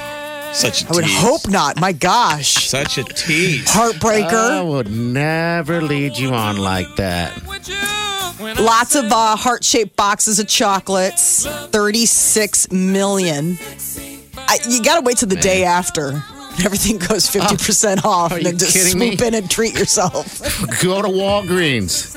[SPEAKER 5] Such a
[SPEAKER 3] I would
[SPEAKER 5] tease.
[SPEAKER 3] hope not. My gosh,
[SPEAKER 5] Such a tease.
[SPEAKER 4] I
[SPEAKER 3] heartbreaker.
[SPEAKER 4] would never lead you on like that.
[SPEAKER 3] Lots of uh, heart-shaped boxes of chocolates. Thirty-six million. I, you gotta wait till the day after. Everything goes fifty percent off,
[SPEAKER 4] are
[SPEAKER 3] and then
[SPEAKER 4] you
[SPEAKER 3] just
[SPEAKER 4] kidding
[SPEAKER 3] swoop
[SPEAKER 4] me?
[SPEAKER 3] in and treat yourself.
[SPEAKER 4] Go to Walgreens.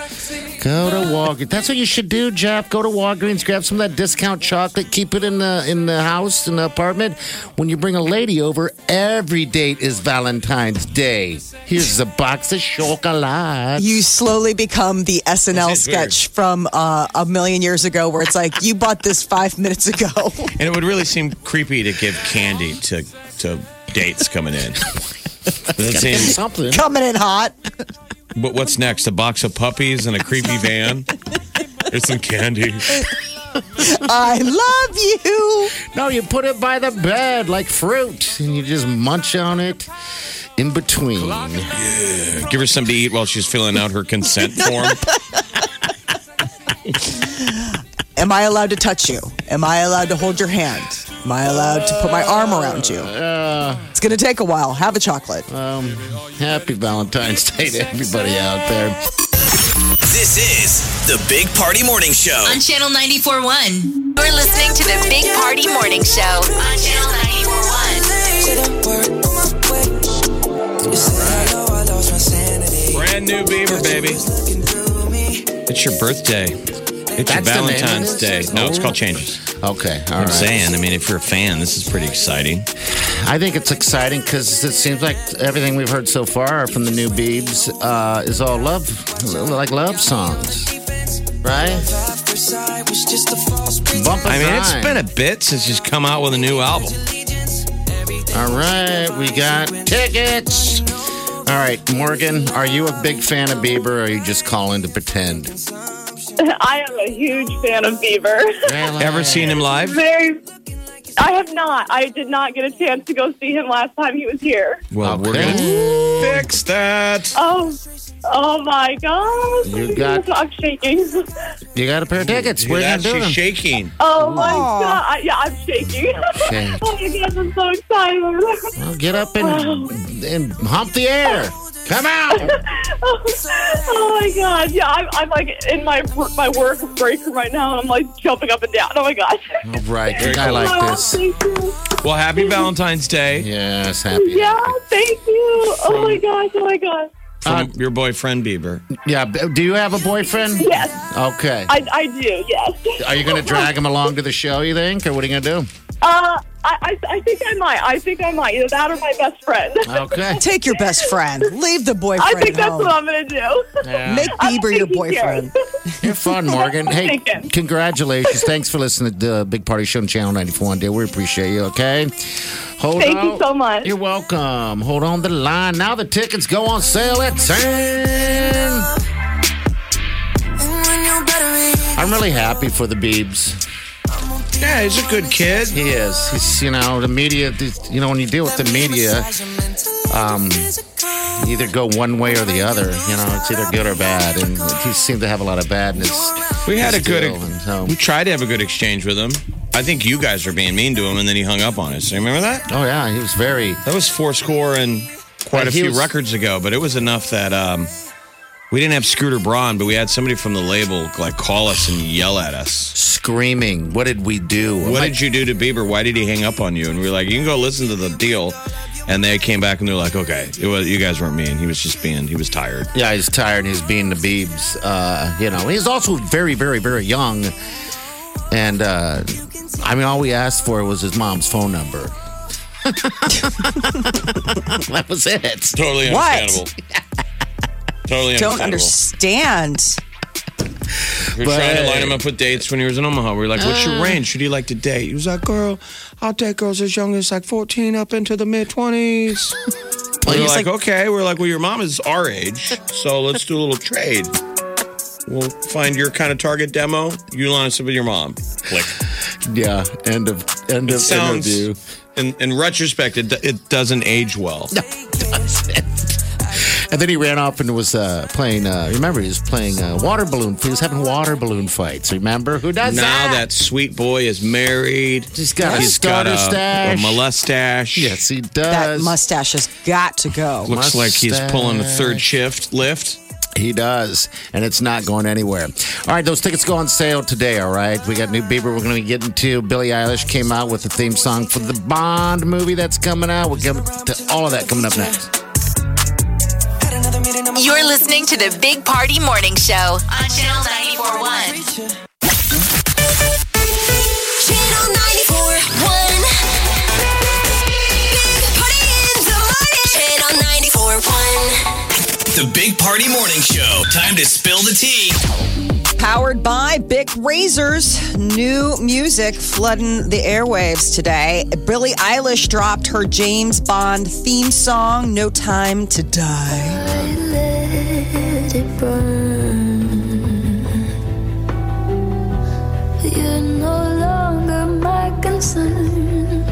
[SPEAKER 4] Go to Walgreens. That's what you should do, Jeff. Go to Walgreens, grab some of that discount chocolate, keep it in the in the house, in the apartment. When you bring a lady over, every date is Valentine's Day. Here's a box of chocolate.
[SPEAKER 3] you slowly become the SNL
[SPEAKER 5] This is weird.
[SPEAKER 3] sketch from uh, a million years ago, where it's like you bought this five minutes ago.
[SPEAKER 5] And it would really seem creepy to give candy to to dates coming in. That seems,
[SPEAKER 4] Something.
[SPEAKER 3] Coming in hot.
[SPEAKER 5] but what's next? A box of puppies and a creepy van? There's some candy.
[SPEAKER 3] I love you.
[SPEAKER 4] No, you put it by the bed like fruit, and you just munch on it in between.
[SPEAKER 5] Give her something to eat while she's filling out her consent form.
[SPEAKER 3] Am I allowed to touch you? Am I allowed to hold your hand? Am I allowed to put my arm around you? it's going to take a while. Have a chocolate.
[SPEAKER 4] Uh, um, Happy Valentine's Day to everybody out there.
[SPEAKER 1] This is the Big Party Morning Show.
[SPEAKER 2] on Channel 941. You're listening to the Big Party Morning Show on Channel 941.
[SPEAKER 5] Brand new Beaver, baby. It's your birthday. It's your
[SPEAKER 4] That's the name of
[SPEAKER 5] Valentine's Day.
[SPEAKER 4] it?
[SPEAKER 5] No, it's called Changes.
[SPEAKER 4] Okay, all
[SPEAKER 5] I'm
[SPEAKER 4] right.
[SPEAKER 5] saying, I mean, if you're a fan, this is pretty exciting.
[SPEAKER 4] I think it's exciting because it seems like everything we've heard so far from the new Beebs uh, is all love, like love songs, right?
[SPEAKER 10] side was just a false
[SPEAKER 4] Bump
[SPEAKER 10] pretense.
[SPEAKER 4] us
[SPEAKER 5] I mean, it's
[SPEAKER 4] on.
[SPEAKER 5] been a bit since she's come out with a new album.
[SPEAKER 4] All right, we got tickets. All right, Morgan, are you a big fan of Bieber or are you just calling to pretend?
[SPEAKER 7] I am a huge fan of Beaver.
[SPEAKER 5] Ever seen him live?
[SPEAKER 7] Very. I have not. I did not get a chance to go see him last time he was here.
[SPEAKER 5] Well, we're
[SPEAKER 4] Okay.
[SPEAKER 5] gonna fix that.
[SPEAKER 7] Oh, oh my gosh!
[SPEAKER 4] You got-
[SPEAKER 7] I'm shaking.
[SPEAKER 4] You got a pair of tickets.
[SPEAKER 5] Look
[SPEAKER 4] We're
[SPEAKER 5] at
[SPEAKER 4] going
[SPEAKER 5] that,
[SPEAKER 4] to do
[SPEAKER 5] she's
[SPEAKER 4] them.
[SPEAKER 5] shaking.
[SPEAKER 7] Oh my god! I, yeah, I'm shaking.
[SPEAKER 4] Shake.
[SPEAKER 7] oh my gosh! I'm so excited.
[SPEAKER 4] Well, get up and, and hump the air. Come out.
[SPEAKER 7] oh my god! Yeah, I'm, I'm like in my my work break room right now, and I'm like jumping up and down. Oh my gosh!
[SPEAKER 4] All right, I like
[SPEAKER 7] oh,
[SPEAKER 4] this.
[SPEAKER 7] Thank you.
[SPEAKER 5] Well, happy Valentine's Day
[SPEAKER 4] Yes, happy.
[SPEAKER 7] Yeah, thank you. Oh my gosh! Oh my gosh!
[SPEAKER 4] Uh,
[SPEAKER 5] from your boyfriend Bieber.
[SPEAKER 4] Yeah, b- do you have a boyfriend?
[SPEAKER 7] Yes,
[SPEAKER 4] Okay.
[SPEAKER 7] I, I do. Yes.
[SPEAKER 4] Are you going to drag him along to the show, you think? Or what are you going to
[SPEAKER 7] Uh, I, I, I think I might. I think I might. Either that or my best friend.
[SPEAKER 4] do? Okay.
[SPEAKER 3] Take your best friend. Leave the
[SPEAKER 7] I
[SPEAKER 3] boyfriend
[SPEAKER 7] think that's
[SPEAKER 3] home.
[SPEAKER 7] what I'm gonna do.
[SPEAKER 4] Yeah.
[SPEAKER 3] Make
[SPEAKER 7] I don't
[SPEAKER 3] Bieber your
[SPEAKER 7] think he
[SPEAKER 3] boyfriend.
[SPEAKER 7] cares.
[SPEAKER 4] You're fun, Morgan. Hey,
[SPEAKER 7] Thank you.
[SPEAKER 4] congratulations. Thanks for listening to the Big Party Show on Channel 94 dear. We appreciate you, okay? Hold
[SPEAKER 7] Thank you
[SPEAKER 4] on-
[SPEAKER 7] so much.
[SPEAKER 4] You're welcome. Hold on the line. Now the tickets go on sale at 10. I'm really happy for the Biebs.
[SPEAKER 5] Yeah, he's a good kid.
[SPEAKER 4] He is. He's, you know, the media, you know, when you deal with the media, um, you either go one way or the other. You know, it's either good or bad. And he seemed to have a lot of badness.
[SPEAKER 5] We had a good.
[SPEAKER 4] Still, and so-
[SPEAKER 5] We tried to have a good exchange with him. I think you guys were being mean to him, and then he hung up on us. You remember that?
[SPEAKER 4] Oh, yeah. He was very.
[SPEAKER 5] That was four score and quite
[SPEAKER 4] But
[SPEAKER 5] a
[SPEAKER 4] he
[SPEAKER 5] few
[SPEAKER 4] was-
[SPEAKER 5] records ago, but it was enough that um, we didn't have Scooter Braun, but we had somebody from the label like call us and yell at us.
[SPEAKER 4] screaming. What did we do?
[SPEAKER 5] What did you do to Bieber? Why did he hang up on you? And we were like, you can go listen to the deal. And they came back and they're like, okay, it was, you guys weren't mean. He was just being, he was tired.
[SPEAKER 4] yeah, he's tired. He's being the Biebs. Uh, you know, he's also very, very, very young. And uh, I mean, all we asked for was his mom's phone number. that was it.
[SPEAKER 5] Totally
[SPEAKER 3] What?
[SPEAKER 5] understandable. totally understandable.
[SPEAKER 3] Don't understand.
[SPEAKER 5] We were trying to
[SPEAKER 4] But-
[SPEAKER 5] line him up with dates when he was in Omaha. We were like, what's your range? Should he like to date? He was like, girl, I'll date girls as young as like 14 up into the mid 20s. we were
[SPEAKER 4] he's
[SPEAKER 5] like, okay. We were like, well, your mom is our age, so let's do a little trade. We'll find your kind of target demo. You line us up with your mom. Click.
[SPEAKER 4] Yeah, end of end of
[SPEAKER 5] Sounds,
[SPEAKER 4] interview.
[SPEAKER 5] in, in retrospect, it, it doesn't age well.
[SPEAKER 4] And then he ran off and was uh, playing. Uh, remember, he was playing uh, water balloon. He was having water balloon fights. Remember who does
[SPEAKER 5] now
[SPEAKER 4] that?
[SPEAKER 5] that sweet boy is married.
[SPEAKER 4] He's got a
[SPEAKER 5] He's got
[SPEAKER 4] starter
[SPEAKER 5] a,
[SPEAKER 4] stash.
[SPEAKER 5] a molestache.
[SPEAKER 4] yes, he
[SPEAKER 3] That
[SPEAKER 4] does.
[SPEAKER 3] mustache has got to go.
[SPEAKER 5] Looks like he's
[SPEAKER 4] Mustache.
[SPEAKER 5] pulling a third shift lift.
[SPEAKER 4] He does, and it's not going anywhere. All right, those tickets go on sale today. All right, we got new Bieber. We're going to be getting to Billie Eilish came out with a theme song for the Bond movie that's coming out. We'll get to all of that coming up next.
[SPEAKER 2] You're listening to the Big Party Morning Show on Channel 941.
[SPEAKER 10] Channel 941. Big party in the morning. Channel 941.
[SPEAKER 1] The Big Party Morning Show. Time to spill the tea.
[SPEAKER 3] Powered by Bic Razors, new music flooding the airwaves today. Billie Eilish dropped her James Bond theme song, No Time to Die.
[SPEAKER 10] You're no longer my concern.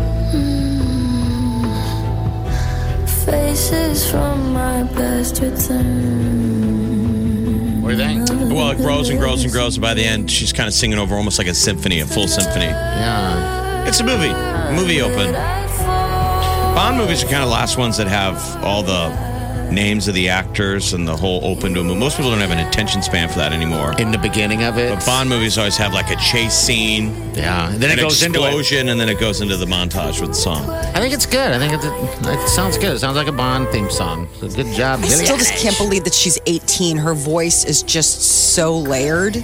[SPEAKER 10] Faces from my past return.
[SPEAKER 4] What do you think?
[SPEAKER 5] Well, it grows and grows and grows. And by the end, she's kind of singing over almost like a symphony, a full symphony.
[SPEAKER 4] Yeah,
[SPEAKER 5] It's a movie. Movie open. Bond movies are kind of last ones that have all the names of the actors and the whole open to a movie. Most people don't have an attention span for that anymore.
[SPEAKER 4] in the beginning of it.
[SPEAKER 5] But Bond movies always have like a chase scene,
[SPEAKER 4] Yeah, and then
[SPEAKER 5] an
[SPEAKER 4] it goes into it.
[SPEAKER 5] explosion, and then it goes into the montage with the song.
[SPEAKER 4] I think it's good. I think it, it sounds good. It sounds like a Bond theme song. So good job,
[SPEAKER 3] I
[SPEAKER 4] Billie
[SPEAKER 3] still just
[SPEAKER 4] Eilish.
[SPEAKER 3] can't believe that she's 18. Her voice is just so layered,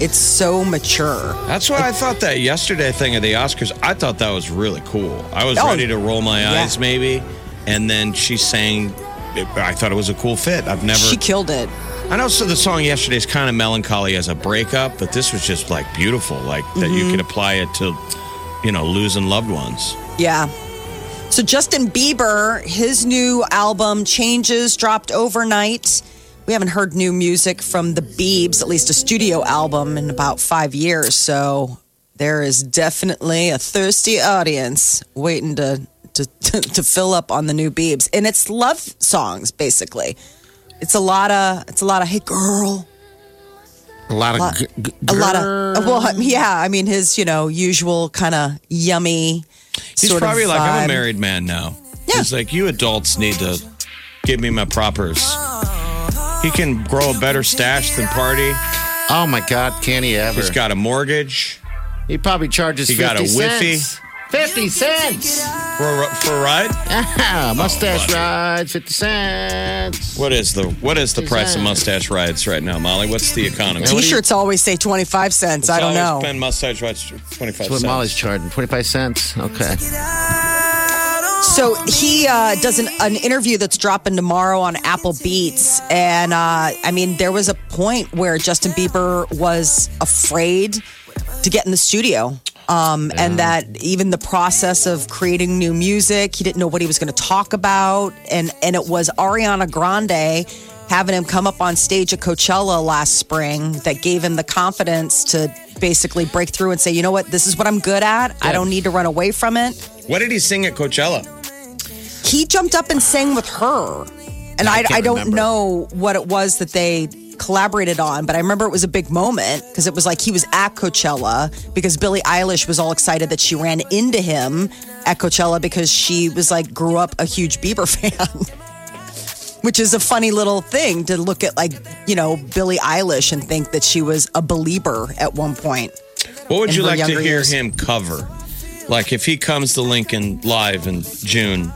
[SPEAKER 3] it's so mature.
[SPEAKER 5] That's why I thought that yesterday thing of the Oscars, I thought that was really cool. I was
[SPEAKER 3] Oh,
[SPEAKER 5] ready to roll my
[SPEAKER 3] yeah.
[SPEAKER 5] eyes maybe, and then she sang. I thought it was a cool fit. I've never.
[SPEAKER 3] She killed it.
[SPEAKER 5] I know so the song yesterday is kind of melancholy as a breakup, but this was just like beautiful, like that you
[SPEAKER 3] Mhm.
[SPEAKER 5] could apply it to, you know, losing loved ones.
[SPEAKER 3] Yeah. So Justin Bieber, his new album Changes dropped overnight. We haven't heard new music from the Biebs, at least a studio album, in about five years. So there is definitely a thirsty audience waiting to to, to fill up on the new Biebs, and it's love songs basically. It's a lot of it's a lot of hey girl,
[SPEAKER 4] A lot of. g- g-
[SPEAKER 3] a lot of well yeah. I mean his you know usual kind of yummy.
[SPEAKER 5] He's
[SPEAKER 3] sort of
[SPEAKER 5] probably like, I'm a
[SPEAKER 3] vibe.
[SPEAKER 5] married man now. He's like, you adults need to give me my propers. He can grow a better stash than party.
[SPEAKER 4] Oh my God, can he ever?
[SPEAKER 5] He's got a mortgage.
[SPEAKER 4] He probably charges.
[SPEAKER 5] He got a
[SPEAKER 4] 50
[SPEAKER 5] whiffy
[SPEAKER 4] cents. 50 cents.
[SPEAKER 5] for a, for a ride.
[SPEAKER 4] Yeah, Ah, mustache
[SPEAKER 5] buddy.
[SPEAKER 4] rides, 50 cents.
[SPEAKER 5] Oh, What is the what is the price of mustache rides right now, Molly? What's the economy?
[SPEAKER 3] T-shirts always say twenty-five cents. I don't know.
[SPEAKER 5] Spend mustache rides twenty five
[SPEAKER 4] That's what
[SPEAKER 5] cents.
[SPEAKER 4] Molly's charging, 25 cents. Okay.
[SPEAKER 3] So he uh, does an, an interview that's dropping tomorrow on Apple Beats, and uh, I mean, there was a point where Justin Bieber was afraid to get in the studio. Um, And that even the process of creating new music, he didn't know what he was going to talk about, and and it was Ariana Grande having him come up on stage at Coachella last spring that gave him the confidence to basically break through and say, you know what, this is what I'm good at. I don't need to run away from it
[SPEAKER 5] What did he sing at Coachella?
[SPEAKER 3] he jumped up and sang with her. And I, I,
[SPEAKER 5] can't
[SPEAKER 3] don't
[SPEAKER 5] remember.
[SPEAKER 3] know what it was that they collaborated on, but I remember it was a big moment because it was like he was at Coachella because Billie Eilish was all excited that she ran into him at Coachella because she was like grew up a huge Bieber fan. Which is a funny little thing to look at, like, you know, Billie Eilish and think that she was a belieber at one point.
[SPEAKER 5] What would
[SPEAKER 3] in
[SPEAKER 5] you
[SPEAKER 3] her
[SPEAKER 5] like to
[SPEAKER 3] younger
[SPEAKER 5] hear
[SPEAKER 3] years.
[SPEAKER 5] him cover? Like if he comes to Lincoln live in June,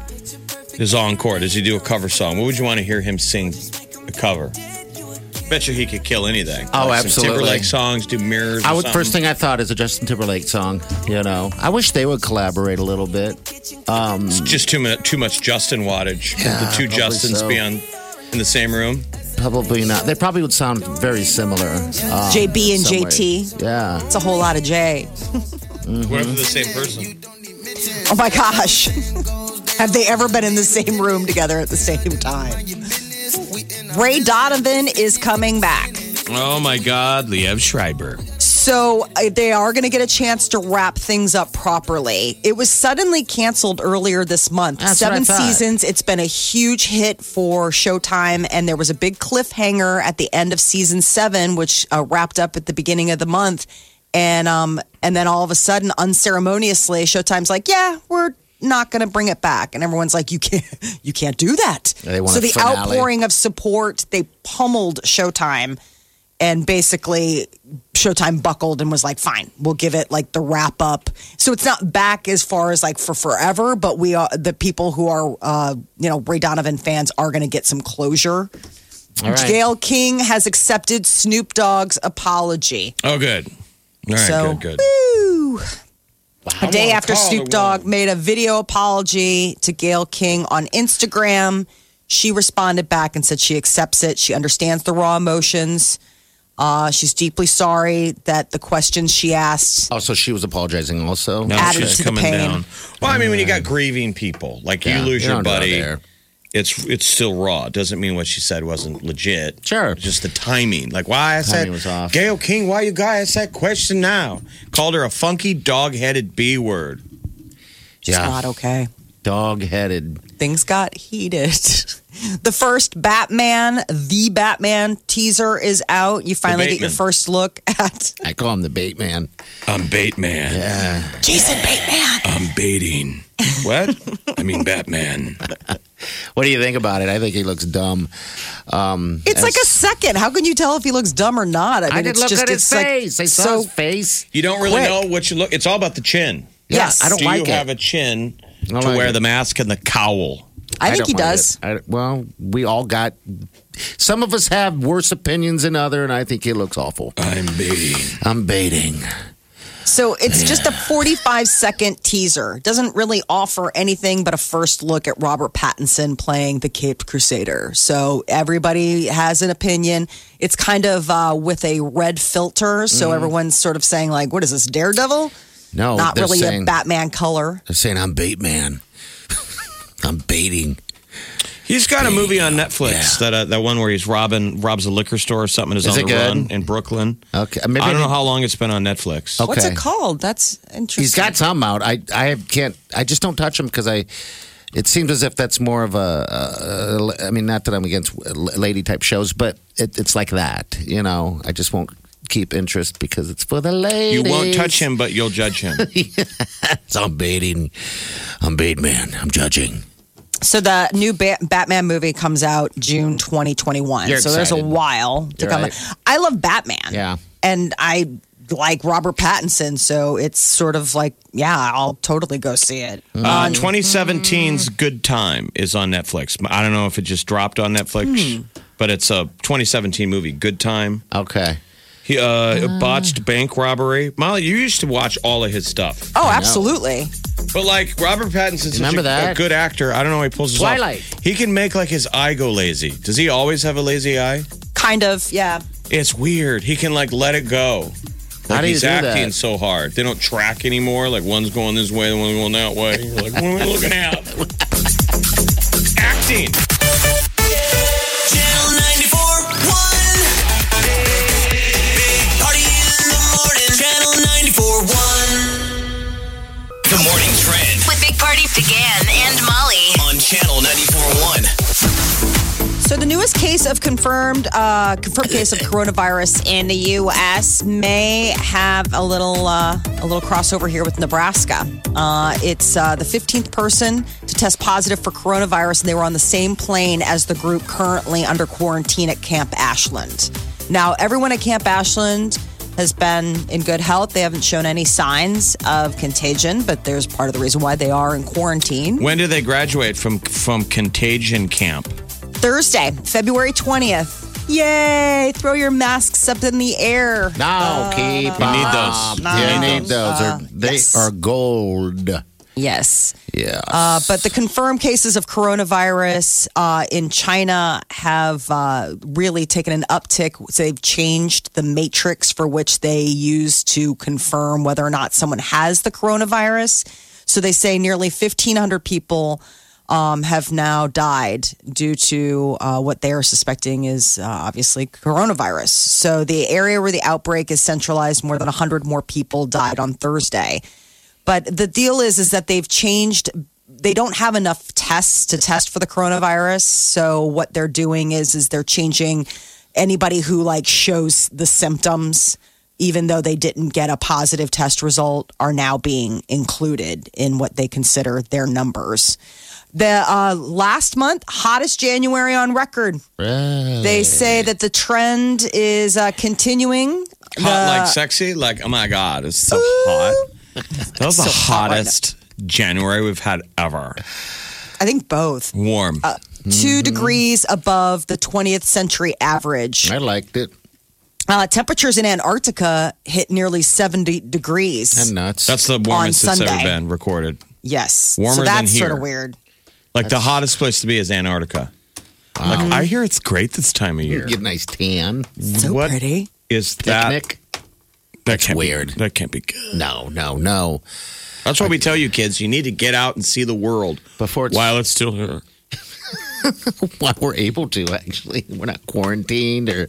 [SPEAKER 5] his encore, does he do a cover song? What would you want to hear him sing a cover? Bet you he could kill anything.
[SPEAKER 4] Oh,
[SPEAKER 5] Like some
[SPEAKER 4] absolutely.
[SPEAKER 5] Timberlake songs, do mirrors.
[SPEAKER 4] I
[SPEAKER 5] or
[SPEAKER 4] would, first
[SPEAKER 5] something.
[SPEAKER 4] thing I thought is a Justin Timberlake song. You know, I wish they would collaborate a little bit. Um,
[SPEAKER 5] just too much, too much Justin wattage. Could the
[SPEAKER 4] Yeah,
[SPEAKER 5] two
[SPEAKER 4] probably
[SPEAKER 5] Justins
[SPEAKER 4] so.
[SPEAKER 5] be on in the same room.
[SPEAKER 4] probably not. They probably would sound very similar. um,
[SPEAKER 3] JB and
[SPEAKER 4] in some
[SPEAKER 3] JT.
[SPEAKER 4] ways. Yeah.
[SPEAKER 3] It's a whole lot of J.
[SPEAKER 4] Mm-hmm.
[SPEAKER 5] What if they're the same person?
[SPEAKER 3] Oh my gosh. Have they ever been in the same room together at the same time? Ray Donovan is coming back.
[SPEAKER 5] Oh my God, Liev Schreiber.
[SPEAKER 3] So uh, they are going to get a chance to wrap things up properly. It was suddenly canceled earlier this month.
[SPEAKER 4] That's what I
[SPEAKER 3] Seven
[SPEAKER 4] thought.
[SPEAKER 3] seasons. It's been a huge hit for Showtime, and there was a big cliffhanger at the end of season seven, which uh, wrapped up at the beginning of the month. And um, and then all of a sudden, unceremoniously, Showtime's like, "Yeah, we're not going to bring it back," and everyone's like, "You can't, you can't do that."
[SPEAKER 4] They want
[SPEAKER 3] so
[SPEAKER 4] a
[SPEAKER 3] the
[SPEAKER 4] finale.
[SPEAKER 3] outpouring of support, they pummeled Showtime, and basically Showtime buckled and was like, "Fine, we'll give it like the wrap up." So it's not back as far as like for forever, but we are the people who are uh, you know Ray Donovan fans are going to get some closure.
[SPEAKER 4] All right.
[SPEAKER 3] Gail King has accepted Snoop Dogg's apology.
[SPEAKER 5] Oh, good. All right,
[SPEAKER 3] so,
[SPEAKER 5] good, good.
[SPEAKER 3] woo.
[SPEAKER 4] I
[SPEAKER 3] A day
[SPEAKER 4] wanna
[SPEAKER 3] after
[SPEAKER 4] call the
[SPEAKER 3] Snoop Dogg
[SPEAKER 4] woman.
[SPEAKER 3] made a video apology to Gail King on Instagram, she responded back and said she accepts it. She understands the raw emotions. Uh, she's deeply sorry that the questions she asked.
[SPEAKER 4] Also, she was apologizing. Also,
[SPEAKER 5] Now
[SPEAKER 3] Added
[SPEAKER 5] she's
[SPEAKER 3] to the
[SPEAKER 5] coming
[SPEAKER 3] pain.
[SPEAKER 5] down. Well, I mean, when you got grieving people, like
[SPEAKER 4] Yeah,
[SPEAKER 5] you lose
[SPEAKER 4] you
[SPEAKER 5] your
[SPEAKER 4] don't go
[SPEAKER 5] buddy,
[SPEAKER 4] there.
[SPEAKER 5] it's it's still raw. It doesn't mean what she said wasn't legit.
[SPEAKER 4] Sure.
[SPEAKER 5] just the timing. Like why I said
[SPEAKER 4] Timing was off.
[SPEAKER 5] Gail King, why you guys that question now? Called her a funky dog-headed b word.
[SPEAKER 3] She's
[SPEAKER 4] Yeah.
[SPEAKER 3] not okay.
[SPEAKER 4] dog-headed.
[SPEAKER 3] Things got heated. the first Batman, the Batman teaser is out. You finally get your
[SPEAKER 5] Bateman.
[SPEAKER 3] first look at
[SPEAKER 4] I call him the bait man.
[SPEAKER 5] I'm bait man.
[SPEAKER 3] Jason Bateman.
[SPEAKER 5] I'm baiting. What? I mean Batman.
[SPEAKER 4] What do you think about it? I think he looks dumb. Um,
[SPEAKER 3] It's
[SPEAKER 4] as-
[SPEAKER 3] like a second. How can you tell if he looks dumb or not?
[SPEAKER 4] I
[SPEAKER 3] mean,
[SPEAKER 4] did
[SPEAKER 3] it's
[SPEAKER 4] look
[SPEAKER 3] just,
[SPEAKER 4] at his
[SPEAKER 3] it's like
[SPEAKER 4] face. I saw
[SPEAKER 3] so
[SPEAKER 4] his face.
[SPEAKER 5] You don't really
[SPEAKER 3] Quick.
[SPEAKER 5] know what you look. It's all about the chin.
[SPEAKER 4] Yeah,
[SPEAKER 3] Yes.
[SPEAKER 4] I don't
[SPEAKER 5] Do
[SPEAKER 4] like
[SPEAKER 5] you
[SPEAKER 4] it.
[SPEAKER 5] have a chin to
[SPEAKER 4] I like
[SPEAKER 5] wear
[SPEAKER 4] it.
[SPEAKER 5] the mask and the cowl?
[SPEAKER 3] I think
[SPEAKER 4] don't
[SPEAKER 3] he
[SPEAKER 4] like
[SPEAKER 3] does.
[SPEAKER 4] it. I, well, we all got. Some of us have worse opinions than other, and I think he looks awful.
[SPEAKER 5] I'm baiting.
[SPEAKER 4] I'm baiting.
[SPEAKER 3] So it's just a 45 second teaser. Doesn't really offer anything but a first look at Robert Pattinson playing the Caped Crusader. So everybody has an opinion. It's kind of uh, with a red filter. So
[SPEAKER 4] Mhm.
[SPEAKER 3] everyone's sort of saying, like, what is this, Daredevil?
[SPEAKER 4] No,
[SPEAKER 3] Not
[SPEAKER 4] Oh, they're
[SPEAKER 3] really
[SPEAKER 4] saying-
[SPEAKER 3] a Batman color.
[SPEAKER 4] They're saying I'm bait man. I'm baiting.
[SPEAKER 5] He's got a movie on Netflix that uh, that one where he's robbing robs a liquor store or something. Is,
[SPEAKER 4] Is
[SPEAKER 5] on
[SPEAKER 4] it
[SPEAKER 5] the
[SPEAKER 4] good?
[SPEAKER 5] run in Brooklyn.
[SPEAKER 4] Okay, uh, maybe
[SPEAKER 5] I
[SPEAKER 4] I
[SPEAKER 5] don't know
[SPEAKER 4] didn't-
[SPEAKER 5] how long it's been on Netflix.
[SPEAKER 3] What's
[SPEAKER 4] Okay.
[SPEAKER 3] it called? That's interesting.
[SPEAKER 4] He's got some out. I I can't. I just don't touch him because I. It seems as if that's more of a. uh, I mean, not that I'm against l- lady type shows, but it, it's like that. You know, I just won't keep interest because it's for the ladies.
[SPEAKER 5] You won't touch him, but you'll judge him. Uh,
[SPEAKER 4] So I'm baiting. I'm bait man. I'm judging.
[SPEAKER 3] So the new ba- Batman movie comes out June 2021.
[SPEAKER 4] You're
[SPEAKER 3] so there's a
[SPEAKER 4] excited.
[SPEAKER 3] while to
[SPEAKER 4] You're
[SPEAKER 3] come.
[SPEAKER 4] right.
[SPEAKER 3] I love Batman.
[SPEAKER 4] Yeah.
[SPEAKER 3] And I like Robert Pattinson, so it's sort of like, yeah, I'll totally go see it.
[SPEAKER 4] Mm.
[SPEAKER 5] Uh, 2017's Good Time is on Netflix. I don't know if it just dropped on Netflix, but it's a 2017 movie, Good Time.
[SPEAKER 4] Okay.
[SPEAKER 5] He, uh, botched bank robbery. Molly, you used to watch all of his stuff.
[SPEAKER 3] Oh,
[SPEAKER 5] I know.
[SPEAKER 3] absolutely.
[SPEAKER 5] But like Robert Pattinson's such
[SPEAKER 4] Remember
[SPEAKER 5] a,
[SPEAKER 4] that?
[SPEAKER 5] a good actor. I don't know how he pulls this off.
[SPEAKER 4] Twilight.
[SPEAKER 5] He can make like his eye go lazy. Does he always have a lazy eye?
[SPEAKER 3] Kind of, yeah.
[SPEAKER 5] It's weird. He can like let it go.
[SPEAKER 4] How
[SPEAKER 5] Like
[SPEAKER 4] do you
[SPEAKER 5] he's
[SPEAKER 4] do that?
[SPEAKER 5] acting so hard. They don't track anymore. Like one's going this way, the one's going that way. You're like, what are we looking at? acting.
[SPEAKER 10] Channel 94.1. Big, big party in the morning. Channel 94.1.
[SPEAKER 1] The morning trend
[SPEAKER 2] With Big Party began and Molly.
[SPEAKER 1] on channel 941.
[SPEAKER 3] So the newest case of confirmed uh, confirmed case of coronavirus in the U.S. may have a little uh, a little crossover here with Nebraska. Uh, it's uh, the 15th person to test positive for coronavirus, and they were on the same plane as the group currently under quarantine at Camp Ashland. Now everyone at Camp Ashland has been in good health. They haven't shown any signs of contagion, but there's part of the reason why they are in quarantine.
[SPEAKER 5] When do they graduate from from contagion camp?
[SPEAKER 3] Thursday, February 20th. Yay! Throw your masks up in the air.
[SPEAKER 4] No, keep.
[SPEAKER 5] You need
[SPEAKER 4] up.
[SPEAKER 5] those.
[SPEAKER 4] You
[SPEAKER 5] You need
[SPEAKER 4] need those. They're- they are gold.
[SPEAKER 3] Yes.
[SPEAKER 4] Yeah.
[SPEAKER 3] Uh, but the confirmed cases of coronavirus uh, in China have uh, really taken an uptick. They've changed the matrix for which they use to confirm whether or not someone has the coronavirus. So they say nearly 1,500 people um, have now died due to uh, what they are suspecting is uh, obviously coronavirus. So the area where the outbreak is centralized, more than 100 more people died on Thursday. But the deal is is that they've changed they don't have enough tests to test for the coronavirus. So what they're doing is is they're changing anybody who like shows the symptoms even though they didn't get a positive test result are now being included in what they consider their numbers. The uh, last month hottest January on record. They say that the trend is uh, continuing.
[SPEAKER 5] Hot,
[SPEAKER 3] The-
[SPEAKER 5] like sexy? Like, oh my God, it's so hot. That was the hottest January we've had ever.
[SPEAKER 3] I think both.
[SPEAKER 5] Warm.
[SPEAKER 3] 2 degrees above the 20th century average.
[SPEAKER 4] I liked it.
[SPEAKER 3] Uh, temperatures in Antarctica hit nearly 70 degrees.
[SPEAKER 4] And nuts.
[SPEAKER 5] That's the warmest
[SPEAKER 3] on
[SPEAKER 5] it's ever
[SPEAKER 3] Sunday.
[SPEAKER 5] been recorded.
[SPEAKER 3] yes. so
[SPEAKER 5] Warmer than
[SPEAKER 3] that's sort
[SPEAKER 5] here.
[SPEAKER 3] of weird.
[SPEAKER 5] Like, the hottest place to be is Antarctica. Like, I hear it's great this time of
[SPEAKER 4] you
[SPEAKER 5] year.
[SPEAKER 4] get a nice tan.
[SPEAKER 3] So
[SPEAKER 5] What?
[SPEAKER 3] pretty.
[SPEAKER 5] Is that
[SPEAKER 4] Picnic.
[SPEAKER 5] that can't be-
[SPEAKER 4] weird.
[SPEAKER 5] that can't be good.
[SPEAKER 4] No, no, no.
[SPEAKER 5] That's why we tell you kids you need to get out and see the world
[SPEAKER 4] Before it's
[SPEAKER 5] while it's still here.
[SPEAKER 4] while we're able to actually, we're not quarantined or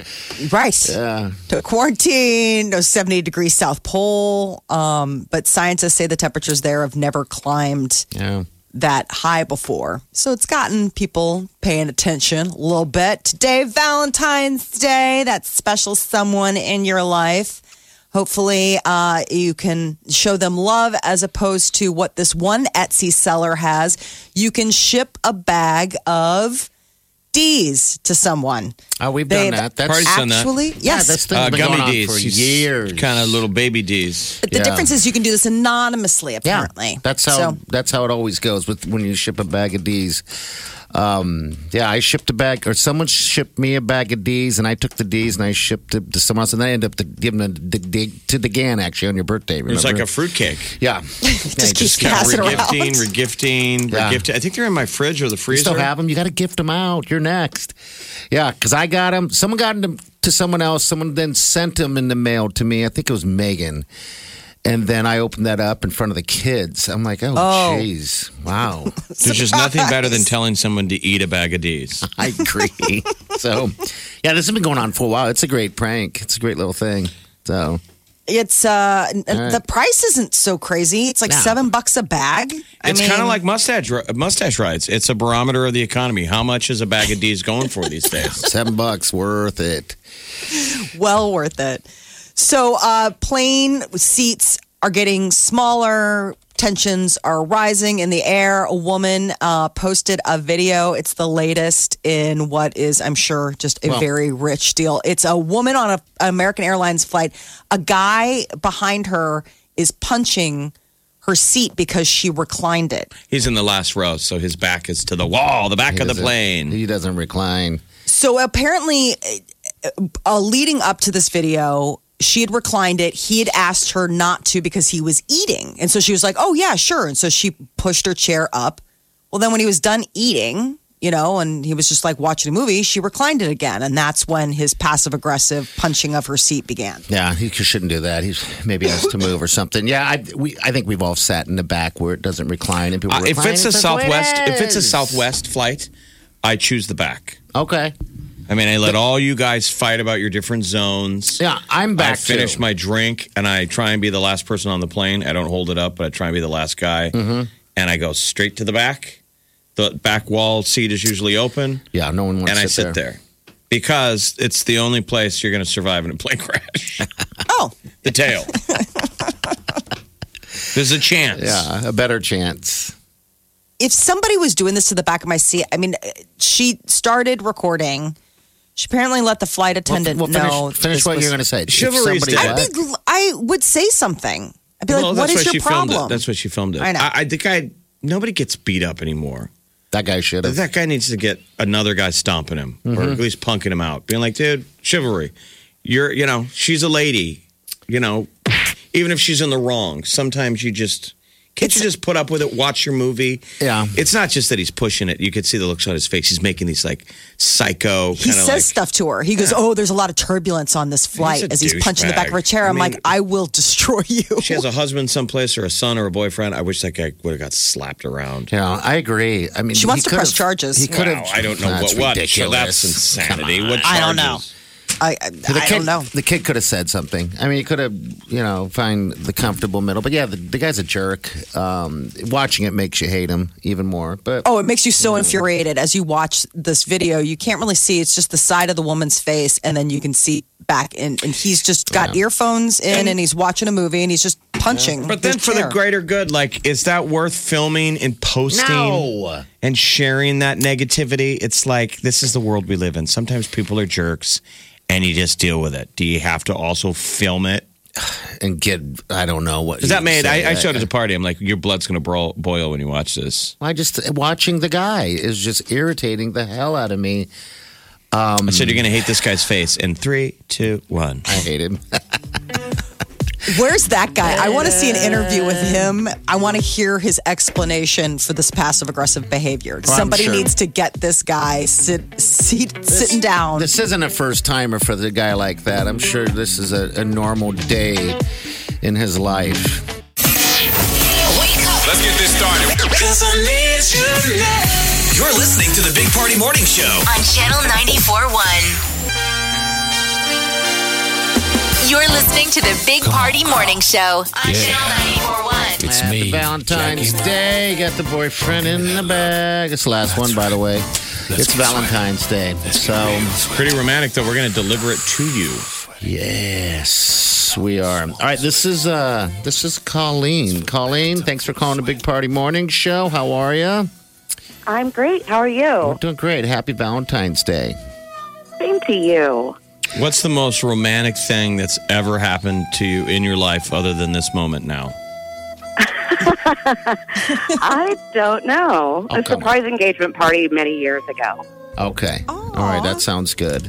[SPEAKER 3] Right.
[SPEAKER 4] uh,
[SPEAKER 3] To quarantine, no 70 degree South Pole. Um, but scientists say the temperatures there have never climbed
[SPEAKER 4] yeah.
[SPEAKER 3] that high before. So it's gotten people paying attention a little bit. Today, Valentine's Day, that special someone in your life. Hopefully, uh, you can show them love as opposed to what this one Etsy seller has. You can ship a bag of D's to someone.
[SPEAKER 4] Oh, we've
[SPEAKER 3] They've
[SPEAKER 4] done that. That's
[SPEAKER 5] Party's done that.
[SPEAKER 3] actually, yes.
[SPEAKER 4] Yeah, that's
[SPEAKER 5] Uh,
[SPEAKER 4] thing's been going on for years.
[SPEAKER 5] Kind of little baby D's.
[SPEAKER 3] but the
[SPEAKER 4] yeah.
[SPEAKER 3] difference is you can do this anonymously,
[SPEAKER 4] Yeah,
[SPEAKER 3] apparently.
[SPEAKER 4] that's how
[SPEAKER 3] So-
[SPEAKER 4] that's how it always goes with when you ship a bag of D's. Um, yeah, I shipped a bag, or someone shipped me a bag of D's, and I took the D's and I shipped it to someone else, and I ended up giving it to, to the GAN actually on your birthday. Remember?
[SPEAKER 5] It's like a fruitcake.
[SPEAKER 4] yeah.
[SPEAKER 5] Just, just kept regifting, regifting,
[SPEAKER 4] Yeah.
[SPEAKER 5] regifting. I think they're in my fridge or the
[SPEAKER 4] You
[SPEAKER 5] freezer.
[SPEAKER 4] still have them. You got to gift them out. You're next. Yeah, because I got them. Someone got them to someone else. Someone then sent them in the mail to me. I think it was Megan. And then I opened that up in front of the kids. I'm like, oh,
[SPEAKER 3] Oh.
[SPEAKER 4] jeez. Wow.
[SPEAKER 5] There's just nothing better than telling someone to eat a bag of D's.
[SPEAKER 4] I agree. so, yeah, this has been going on for a while. It's a great prank. It's a great little thing. So,
[SPEAKER 3] It's uh, n-
[SPEAKER 4] All right.
[SPEAKER 3] the price isn't so crazy. It's like
[SPEAKER 4] No.
[SPEAKER 3] seven bucks a bag. I
[SPEAKER 5] It's
[SPEAKER 3] mean,
[SPEAKER 5] kind of like mustache ri- mustache rides. It's a barometer of the economy. How much is a bag of D's going for these days?
[SPEAKER 4] seven bucks worth it.
[SPEAKER 3] well worth it. So, uh, plane seats are getting smaller. Tensions are rising in the air. A woman uh, posted a video. It's the latest in what is, I'm sure, just a
[SPEAKER 4] Well-
[SPEAKER 3] very rich deal. It's a woman on a, an American Airlines flight. A guy behind her is punching her seat because she reclined it.
[SPEAKER 5] He's in the last row, so his back is to the wall, the back of the
[SPEAKER 4] doesn't-
[SPEAKER 5] plane.
[SPEAKER 4] He doesn't recline.
[SPEAKER 3] So apparently, uh, leading up to this video, she had reclined it. He had asked her not to because he was eating. And so she was like, oh, yeah, sure. And so she pushed her chair up. Well, then when he was done eating, you know, and he was just like watching a movie, she reclined it again. And that's when his passive aggressive punching of her seat began.
[SPEAKER 4] Yeah, he shouldn't do that. He's maybe has to move or something. Yeah, I we I think we've all sat in the back where it doesn't recline and people.
[SPEAKER 5] Uh, if
[SPEAKER 4] recline,
[SPEAKER 5] it's a
[SPEAKER 4] just like,
[SPEAKER 5] Southwest,
[SPEAKER 4] "Wait,
[SPEAKER 5] if it's a
[SPEAKER 4] is."
[SPEAKER 5] Southwest flight, I choose the back.
[SPEAKER 4] okay,
[SPEAKER 5] I mean, I let all you guys fight about your different zones.
[SPEAKER 4] yeah, I'm
[SPEAKER 5] I
[SPEAKER 4] back.
[SPEAKER 5] finish
[SPEAKER 4] too.
[SPEAKER 5] my drink and I try and be the last person on the plane. I don't hold it up, but I try and be the last guy.
[SPEAKER 4] Mm-hmm.
[SPEAKER 5] And I go straight to the back. The back wall seat is usually open,
[SPEAKER 4] yeah. No one wants.
[SPEAKER 5] and
[SPEAKER 4] to
[SPEAKER 5] I sit there. because it's the only place you're going to survive in a plane crash.
[SPEAKER 3] Oh,
[SPEAKER 5] the tail. There's a chance.
[SPEAKER 4] Yeah, a better chance.
[SPEAKER 3] if somebody was doing this to the back of my seat, I mean, she started recording. She apparently let the flight attendant
[SPEAKER 4] well, finish,
[SPEAKER 3] know.
[SPEAKER 4] finish
[SPEAKER 3] this
[SPEAKER 4] what
[SPEAKER 3] was-
[SPEAKER 4] you're going to say. If
[SPEAKER 5] Chivalry's
[SPEAKER 4] somebody
[SPEAKER 5] dead.
[SPEAKER 4] what?
[SPEAKER 3] I'd be, I would say something. I'd be
[SPEAKER 5] Well,
[SPEAKER 3] like, "What
[SPEAKER 5] that's
[SPEAKER 3] is
[SPEAKER 5] why
[SPEAKER 3] your
[SPEAKER 5] she filmed it.
[SPEAKER 3] problem?"
[SPEAKER 5] That's why she filmed it.
[SPEAKER 3] I know.
[SPEAKER 5] I, I think I nobody gets beat up anymore.
[SPEAKER 4] that guy should have.
[SPEAKER 5] That guy needs to get another guy stomping him
[SPEAKER 3] Mm-hmm.
[SPEAKER 5] or at least punking him out, being like, dude, chivalry. You're, you know, she's a lady. You know, even if she's in the wrong, sometimes you just. Can't you just put up with it? Watch your movie.
[SPEAKER 4] Yeah.
[SPEAKER 5] it's not just that he's pushing it. You could see the looks on his face. He's making these like psycho.
[SPEAKER 3] he says
[SPEAKER 5] like,
[SPEAKER 3] stuff to her. He goes, "Oh, there's a lot of turbulence on this flight."
[SPEAKER 5] a
[SPEAKER 3] As he's punching the back of her
[SPEAKER 5] douchebag.
[SPEAKER 3] chair,
[SPEAKER 5] I
[SPEAKER 3] I'm like,
[SPEAKER 5] mean-
[SPEAKER 3] "I will destroy you."
[SPEAKER 5] She has a husband someplace or a son or a boyfriend. I wish that guy would have got slapped around.
[SPEAKER 4] Yeah, I agree. I mean,
[SPEAKER 3] She wants
[SPEAKER 4] he
[SPEAKER 3] to press
[SPEAKER 4] could've-
[SPEAKER 3] charges.
[SPEAKER 4] He could have.
[SPEAKER 5] Wow, I don't know what what. So that's insanity. What
[SPEAKER 3] I don't know.
[SPEAKER 5] charges?
[SPEAKER 3] I, I,
[SPEAKER 4] The
[SPEAKER 3] I
[SPEAKER 4] kid,
[SPEAKER 3] don't know.
[SPEAKER 4] The kid could have said something. I mean, he could have, you know, find the comfortable middle. But yeah, the, the guy's a jerk. Um, watching it makes you hate him even more. But
[SPEAKER 3] Oh, it makes you
[SPEAKER 5] Mm.
[SPEAKER 3] so infuriated as you watch this video. You can't really see; it's just the side of the woman's face, and then you can see back. And, and he's just got earphones in, and he's watching a movie, and he's just punching.
[SPEAKER 5] But then,
[SPEAKER 3] his
[SPEAKER 5] for the
[SPEAKER 3] chair.
[SPEAKER 5] greater good, like, is that worth filming and posting and sharing that negativity? It's like this is the world we live in. Sometimes people are jerks, and you just deal with it. Do you have to also film it?
[SPEAKER 4] and kid, I don't know what.
[SPEAKER 5] Because that made I, I showed it
[SPEAKER 4] it.
[SPEAKER 5] at a party. I'm like, your blood's gonna bro- boil when you watch this.
[SPEAKER 4] I just watching the guy is just irritating the hell out of me.
[SPEAKER 5] I said you're gonna hate this guy's face. In three, two, one.
[SPEAKER 4] I hate him.
[SPEAKER 3] Where's that guy? I want to see an interview with him. I want to hear his explanation for this passive aggressive behavior.
[SPEAKER 4] I'm
[SPEAKER 3] Somebody
[SPEAKER 4] sure.
[SPEAKER 3] needs to get this guy sit, seat, sitting down.
[SPEAKER 4] This isn't a first timer for the guy like that. I'm sure this is a, a normal day in his life.
[SPEAKER 2] Wake up.
[SPEAKER 1] Let's get this started. You're listening to the Big Party Morning Show.
[SPEAKER 2] on Channel 94.1. You're listening to the Big Party Morning Show on Channel 94.1.
[SPEAKER 4] It's me. Valentine's Day. Got the boyfriend in the bag. It's the last one, by the way. it's Valentine's Day. so,
[SPEAKER 5] It's pretty romantic, though. We're gonna deliver it to you.
[SPEAKER 4] yes, we are. All right, this is uh this is Colleen. Colleen, thanks for calling the Big Party Morning Show. How are you?
[SPEAKER 11] I'm great. How are you?
[SPEAKER 4] Doing great. Happy Valentine's Day.
[SPEAKER 11] Same to you.
[SPEAKER 5] What's the most romantic thing that's ever happened to you in your life other than this moment now?
[SPEAKER 11] I don't know.
[SPEAKER 4] Oh,
[SPEAKER 11] a
[SPEAKER 4] come on.
[SPEAKER 11] surprise engagement party many years ago.
[SPEAKER 4] Okay. All right, that sounds good.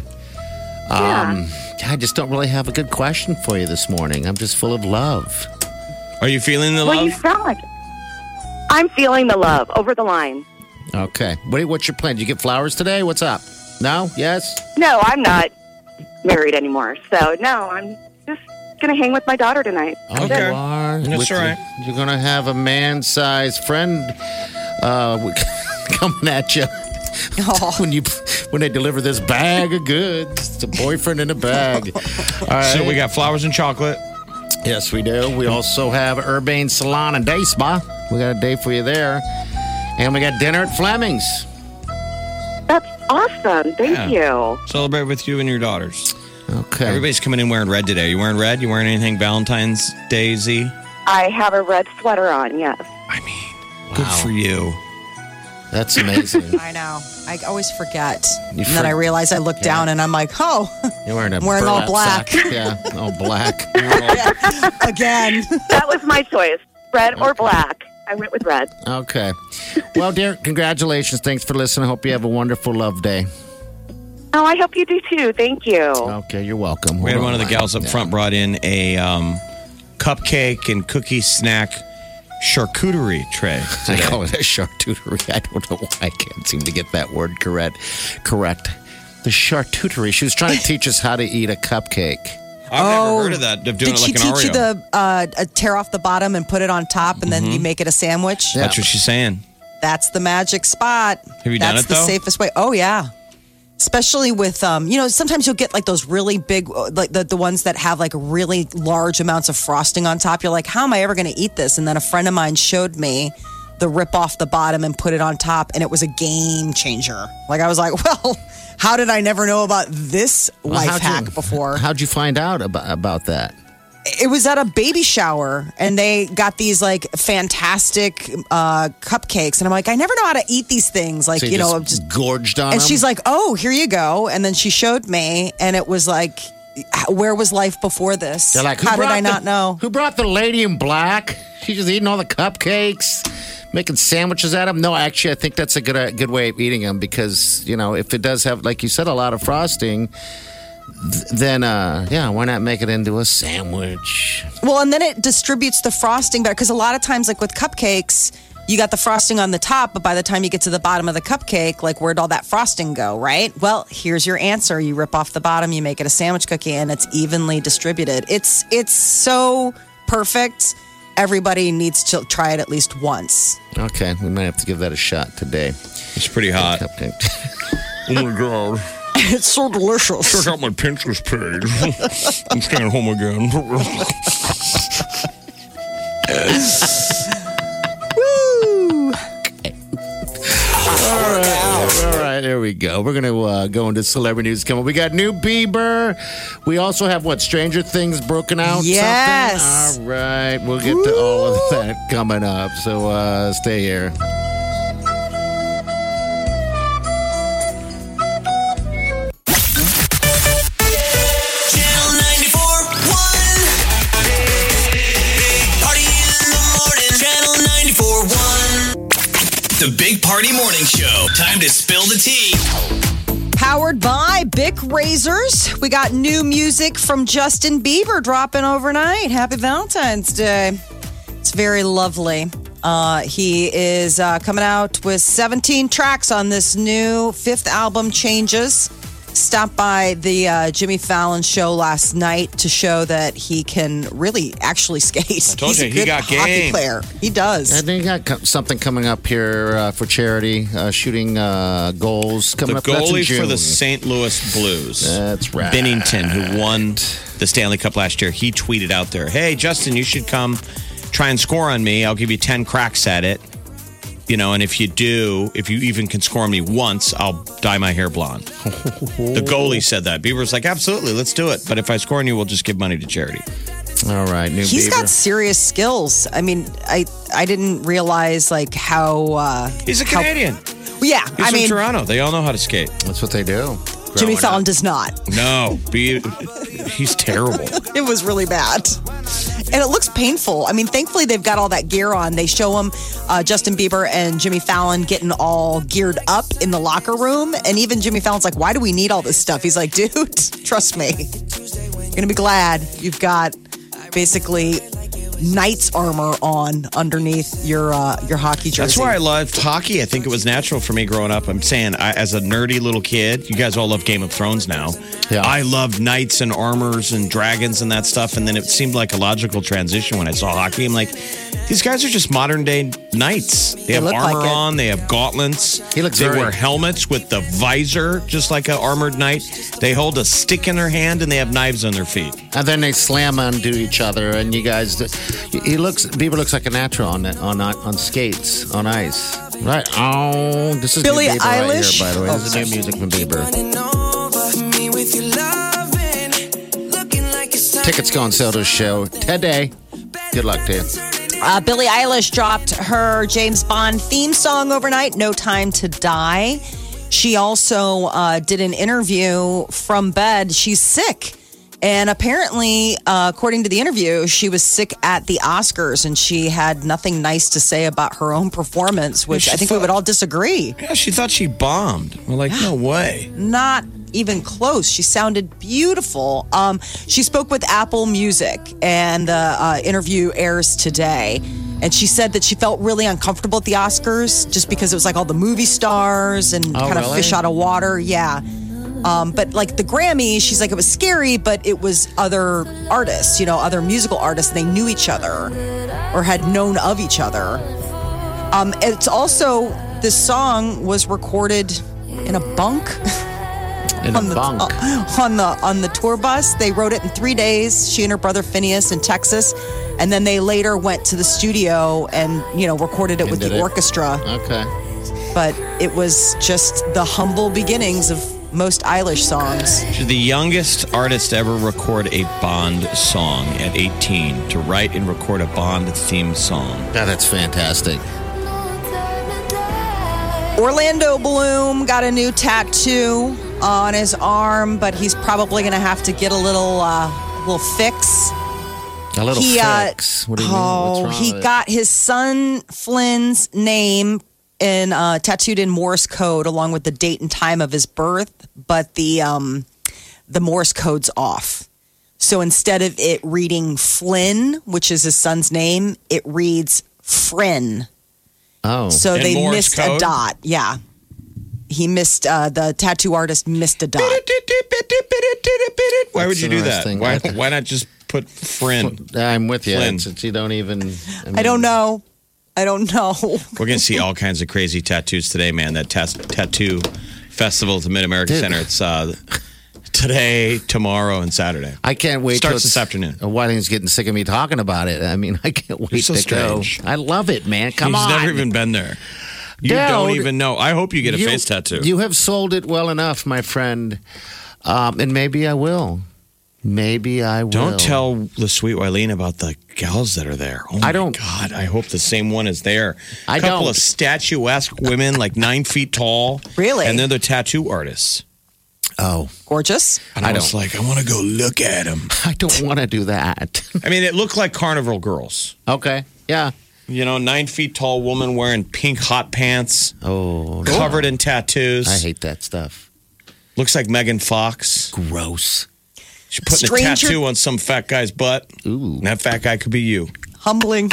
[SPEAKER 4] Um, I just don't really have a good question for you this morning. I'm just full of love.
[SPEAKER 5] Are you feeling the
[SPEAKER 11] well, you sound like I'm feeling the love over the line.
[SPEAKER 4] Okay. What, what's your plan? Did you get flowers today? What's up? No? Yes?
[SPEAKER 11] No, I'm not married anymore. So no, I'm just gonna hang with my daughter tonight.
[SPEAKER 4] Oh,
[SPEAKER 11] That's it.
[SPEAKER 4] you are.
[SPEAKER 5] That's
[SPEAKER 4] With-
[SPEAKER 5] all right.
[SPEAKER 4] You're going to have a man-sized friend uh, w- coming at you when you when they deliver this bag of goods. It's a boyfriend in a bag. All right.
[SPEAKER 5] So we got flowers and chocolate.
[SPEAKER 4] Yes, we do. We also have Urbane Salon and Day Spa. We got a day for you there. And we got dinner at Fleming's.
[SPEAKER 11] That's awesome. Thank you.
[SPEAKER 5] Celebrate with you and your daughters.
[SPEAKER 4] Okay.
[SPEAKER 5] Everybody's coming in wearing red today. You wearing red? You wearing anything Valentine's Day Z?
[SPEAKER 11] I have a red sweater on. Yes.
[SPEAKER 5] Good for you.
[SPEAKER 4] That's amazing.
[SPEAKER 3] I know. I always forget.
[SPEAKER 4] You
[SPEAKER 3] and then I
[SPEAKER 4] for-
[SPEAKER 3] realize I look down and I'm like, oh,
[SPEAKER 4] You're wearing a
[SPEAKER 3] I'm wearing all
[SPEAKER 4] burlap
[SPEAKER 3] black.
[SPEAKER 4] sack. Yeah, all black.
[SPEAKER 3] again.
[SPEAKER 11] That was my choice. Red or black. I went with red.
[SPEAKER 4] Okay. Well, dear, congratulations. Thanks for listening. I hope you have a wonderful love day.
[SPEAKER 11] Oh, I hope you do too. Thank you.
[SPEAKER 4] Okay, you're welcome.
[SPEAKER 5] We had
[SPEAKER 4] Hold
[SPEAKER 5] one of the
[SPEAKER 4] line.
[SPEAKER 5] gals up
[SPEAKER 4] Yeah.
[SPEAKER 5] front brought in a um, cupcake and cookie snack charcuterie tray.
[SPEAKER 4] I
[SPEAKER 5] today.
[SPEAKER 4] call it a charcuterie. I don't know why I can't seem to get that word correct. Correct. The charcuterie. She was trying to teach us how to eat a cupcake.
[SPEAKER 5] I've never heard of that. Of doing
[SPEAKER 3] Oh, Did
[SPEAKER 5] it
[SPEAKER 3] she
[SPEAKER 5] like an
[SPEAKER 3] teach
[SPEAKER 5] Oreo. Mm-hmm.
[SPEAKER 3] you the uh, uh, tear off the bottom and put it on top and then you make it a sandwich?
[SPEAKER 5] That's what she's saying.
[SPEAKER 3] That's the magic spot.
[SPEAKER 5] Have you done
[SPEAKER 3] That's
[SPEAKER 5] it,
[SPEAKER 3] the
[SPEAKER 5] though?
[SPEAKER 3] safest way. Oh yeah. Especially with um, you know, sometimes you'll get like those really big uh, like the, the ones that have like really large amounts of frosting on top. You're like, how am I ever gonna eat this? And then a friend of mine showed me the rip off the bottom and put it on top and it was a game changer. Like I was like, Well, how did I never know about this
[SPEAKER 4] Well,
[SPEAKER 3] life
[SPEAKER 4] how'd you-
[SPEAKER 3] hack before?
[SPEAKER 4] How'd you find out about, about that?
[SPEAKER 3] it was at a baby shower and they got these like fantastic uh, cupcakes and i'm like i never know how to eat these things like
[SPEAKER 4] So
[SPEAKER 3] you, know
[SPEAKER 4] just
[SPEAKER 3] just
[SPEAKER 4] gorged on
[SPEAKER 3] and
[SPEAKER 4] them?
[SPEAKER 3] she's like oh here you go and then she showed me and it was like where was life before this
[SPEAKER 4] They're like, "Who
[SPEAKER 3] how did
[SPEAKER 4] brought
[SPEAKER 3] i
[SPEAKER 4] the-
[SPEAKER 3] not know
[SPEAKER 4] Who brought the lady in black? She's just eating all the cupcakes, making sandwiches at them. No, actually, I think that's a good a good way of eating them because you know if it does have, like you said, a lot of frosting, th- then uh, yeah, why not make it into a sandwich?
[SPEAKER 3] Well, and then it distributes the frosting better because a lot of times, like with cupcakes, you got the frosting on the top, but by the time you get to the bottom of the cupcake, like where'd all that frosting go, right? Well, here's your answer: you rip off the bottom, you make it a sandwich cookie, and it's evenly distributed. It's it's so perfect. Everybody needs to try it at least once.
[SPEAKER 4] Okay, we might have to give that a shot today.
[SPEAKER 5] It's pretty hot.
[SPEAKER 4] Cupcake.
[SPEAKER 12] Oh my god.
[SPEAKER 3] It's so delicious.
[SPEAKER 12] Check out my Pinterest page. I'm staying home again.
[SPEAKER 3] Woo!
[SPEAKER 4] All right, there we go. We're going to uh, go into celebrity news. Coming, we got new Bieber. We also have what Stranger Things broken out. something?
[SPEAKER 3] Yes.
[SPEAKER 4] All right, we'll get to all of that coming up. So uh, stay here.
[SPEAKER 1] Channel 94.1. Big Party in the morning. Channel 94.1. The Big Party Morning Show. Time to spill the tea.
[SPEAKER 3] Powered by Bic Razors, we got new music from Justin Bieber dropping overnight. Happy Valentine's Day. It's very lovely. Uh, he is uh, coming out with 17 tracks on this new fifth album, Changes. Stopped by the uh, Jimmy Fallon show last night to show that he can really actually skate.
[SPEAKER 5] told
[SPEAKER 3] He's a
[SPEAKER 5] you, he
[SPEAKER 3] good
[SPEAKER 5] got
[SPEAKER 3] hockey
[SPEAKER 5] game.
[SPEAKER 3] player. He does.
[SPEAKER 4] And then you got co- something coming up here uh, for charity, uh, shooting uh, goals coming
[SPEAKER 5] The
[SPEAKER 4] up. That's in
[SPEAKER 5] goalie for
[SPEAKER 4] June.
[SPEAKER 5] the St. Louis Blues.
[SPEAKER 4] That's right.
[SPEAKER 5] Bennington, who won the Stanley Cup last year, he tweeted out there, "Hey Justin, you should come try and score on me. I'll give you ten cracks at it. You know, and if you do, if you even can score me once, I'll dye my hair blonde." the goalie said that. Bieber's like, "Absolutely, let's do it. But if I score on you, we'll just give money to charity."
[SPEAKER 4] All right, new
[SPEAKER 3] He's
[SPEAKER 4] Bieber.
[SPEAKER 3] got serious skills. I mean, I I didn't realize like how. Uh,
[SPEAKER 5] He's a
[SPEAKER 3] how-
[SPEAKER 5] Canadian.
[SPEAKER 3] Well, yeah,
[SPEAKER 5] He's
[SPEAKER 3] I
[SPEAKER 5] from
[SPEAKER 3] mean,
[SPEAKER 5] Toronto. They all know how to skate.
[SPEAKER 4] That's what they do.
[SPEAKER 3] Jimmy
[SPEAKER 4] Growing
[SPEAKER 3] Fallon
[SPEAKER 4] up.
[SPEAKER 3] does not.
[SPEAKER 5] No, be, he's terrible.
[SPEAKER 3] It was really bad. and it looks painful. I mean, thankfully they've got all that gear on. They show them uh, Justin Bieber and Jimmy Fallon getting all geared up in the locker room, and even Jimmy Fallon's like, "Why do we need all this stuff?" He's like, "Dude, trust me, you're gonna be glad you've got basically." Knight's armor on underneath your uh, your hockey jersey.
[SPEAKER 5] That's why I loved hockey. I think it was natural for me growing up. I'm saying, I, as a nerdy little kid, you guys all love Game of Thrones now. Yeah. I loved knights and armors and dragons and that stuff. And then it seemed like a logical transition when I saw hockey. I'm like, these guys are just modern day knights. They,
[SPEAKER 4] They
[SPEAKER 5] have
[SPEAKER 4] look like
[SPEAKER 5] armor
[SPEAKER 4] it.
[SPEAKER 5] on. They have gauntlets. He
[SPEAKER 4] looks
[SPEAKER 5] They
[SPEAKER 4] very-
[SPEAKER 5] wear helmets with the visor, just like an armored knight. They hold a stick in their hand and they have knives on their feet.
[SPEAKER 4] And then they slam onto each other, and you guys, he looks, Bieber looks like a natural on on on skates on ice, right? Oh, this is new
[SPEAKER 10] Billie
[SPEAKER 4] Bieber right
[SPEAKER 10] Eilish?
[SPEAKER 4] here, by the way.
[SPEAKER 10] Oh,
[SPEAKER 4] This is new music from Bieber.
[SPEAKER 10] me with your loving, looking like it's time.
[SPEAKER 4] Tickets go on sale to the show today. Good luck to you.
[SPEAKER 3] Uh, Billie Eilish dropped her James Bond theme song overnight, No Time to Die. She also uh, did an interview from bed. She's sick. And apparently, uh, according to the interview, she was sick at the Oscars and she had nothing nice to say about her own performance, which I think we would all disagree.
[SPEAKER 5] Yeah, she thought she bombed. We're like, no way.
[SPEAKER 3] Not even close. She sounded beautiful. Um, she spoke with Apple Music, and the uh, interview airs today. And she said that she felt really uncomfortable at the Oscars just because it was like all the movie stars and
[SPEAKER 13] Oh,
[SPEAKER 3] kind of
[SPEAKER 13] really?
[SPEAKER 3] fish out of water. Yeah. Um, but like the Grammys, she's like, it was scary, but it was other artists, you know, other musical artists. They knew each other or had known of each other. Um, it's also, this song was recorded in a bunk.
[SPEAKER 4] In
[SPEAKER 3] on the, uh, on the on the tour bus. They wrote it in three days. She and her brother Phineas in Texas, and then they later went to the studio and you know recorded it with
[SPEAKER 4] did
[SPEAKER 3] the
[SPEAKER 4] it.
[SPEAKER 3] orchestra.
[SPEAKER 4] Okay.
[SPEAKER 3] But it was just the humble beginnings of most Eilish songs.
[SPEAKER 5] She's the youngest artist to ever record a Bond song at 18 to write and record a Bond theme song.
[SPEAKER 4] Yeah, that's fantastic.
[SPEAKER 3] Orlando Bloom got a new tattoo on his arm, but he's probably going to have to get a little uh, little fix.
[SPEAKER 4] A little
[SPEAKER 3] He, uh,
[SPEAKER 4] fix. What do you
[SPEAKER 3] oh,
[SPEAKER 4] mean? What's wrong
[SPEAKER 3] he
[SPEAKER 4] with it?
[SPEAKER 3] got his son Flynn's name in uh, tattooed in Morse code along with the date and time of his birth, but the um, the Morse code's off. So instead of it reading Flynn, which is his son's name, it reads Fryn.
[SPEAKER 4] Oh,
[SPEAKER 3] So they missed a dot. Yeah. He missed uh, the tattoo artist missed a dot.
[SPEAKER 5] Why would
[SPEAKER 4] That's
[SPEAKER 5] you do that?
[SPEAKER 4] interesting.
[SPEAKER 5] Why, why not just put friend?
[SPEAKER 4] I'm with you.
[SPEAKER 5] Flynn.
[SPEAKER 4] It's, it's- you don't even. I,
[SPEAKER 3] I don't know. I don't know.
[SPEAKER 5] We're going to see all kinds of crazy tattoos today, man. That tas- tattoo festival at the Mid America
[SPEAKER 4] Dude.
[SPEAKER 5] Center. It's uh, today, tomorrow, and Saturday.
[SPEAKER 4] I can't wait. till
[SPEAKER 5] Starts
[SPEAKER 4] it's-
[SPEAKER 5] this afternoon.
[SPEAKER 4] Whiting's getting sick of me talking about it. I mean, I can't wait
[SPEAKER 5] so
[SPEAKER 4] to
[SPEAKER 5] strange.
[SPEAKER 4] go. I love it, man. Come
[SPEAKER 5] He's
[SPEAKER 4] on.
[SPEAKER 5] never even been there. You don't
[SPEAKER 4] Dude.
[SPEAKER 5] even know. I hope you get a
[SPEAKER 4] You-
[SPEAKER 5] face tattoo.
[SPEAKER 4] You have sold it well enough, my friend. Um, and maybe I will. Maybe I will.
[SPEAKER 5] Don't tell the sweet Wileen about the gals that are there. Oh my
[SPEAKER 4] I don't-
[SPEAKER 5] God, I hope the same one is there.
[SPEAKER 4] I
[SPEAKER 5] couple
[SPEAKER 4] don't.
[SPEAKER 5] of statuesque women, like nine feet tall.
[SPEAKER 3] Really?
[SPEAKER 5] And they're the tattoo artists.
[SPEAKER 4] Oh,
[SPEAKER 3] Gorgeous.
[SPEAKER 5] And I,
[SPEAKER 4] I
[SPEAKER 5] was
[SPEAKER 4] don't.
[SPEAKER 5] like, I want to go look at them.
[SPEAKER 4] I don't want to do that.
[SPEAKER 5] I mean, it looked like carnival girls.
[SPEAKER 4] okay. Yeah.
[SPEAKER 5] You know, nine feet tall woman wearing pink hot pants,
[SPEAKER 4] Oh, no.
[SPEAKER 5] covered in tattoos.
[SPEAKER 4] I hate that stuff.
[SPEAKER 5] Looks like Megan Fox.
[SPEAKER 4] Gross.
[SPEAKER 5] She put a
[SPEAKER 3] Stranger-
[SPEAKER 5] tattoo on some fat guy's butt.
[SPEAKER 4] Ooh.
[SPEAKER 5] And that fat guy could be you.
[SPEAKER 3] Humbling.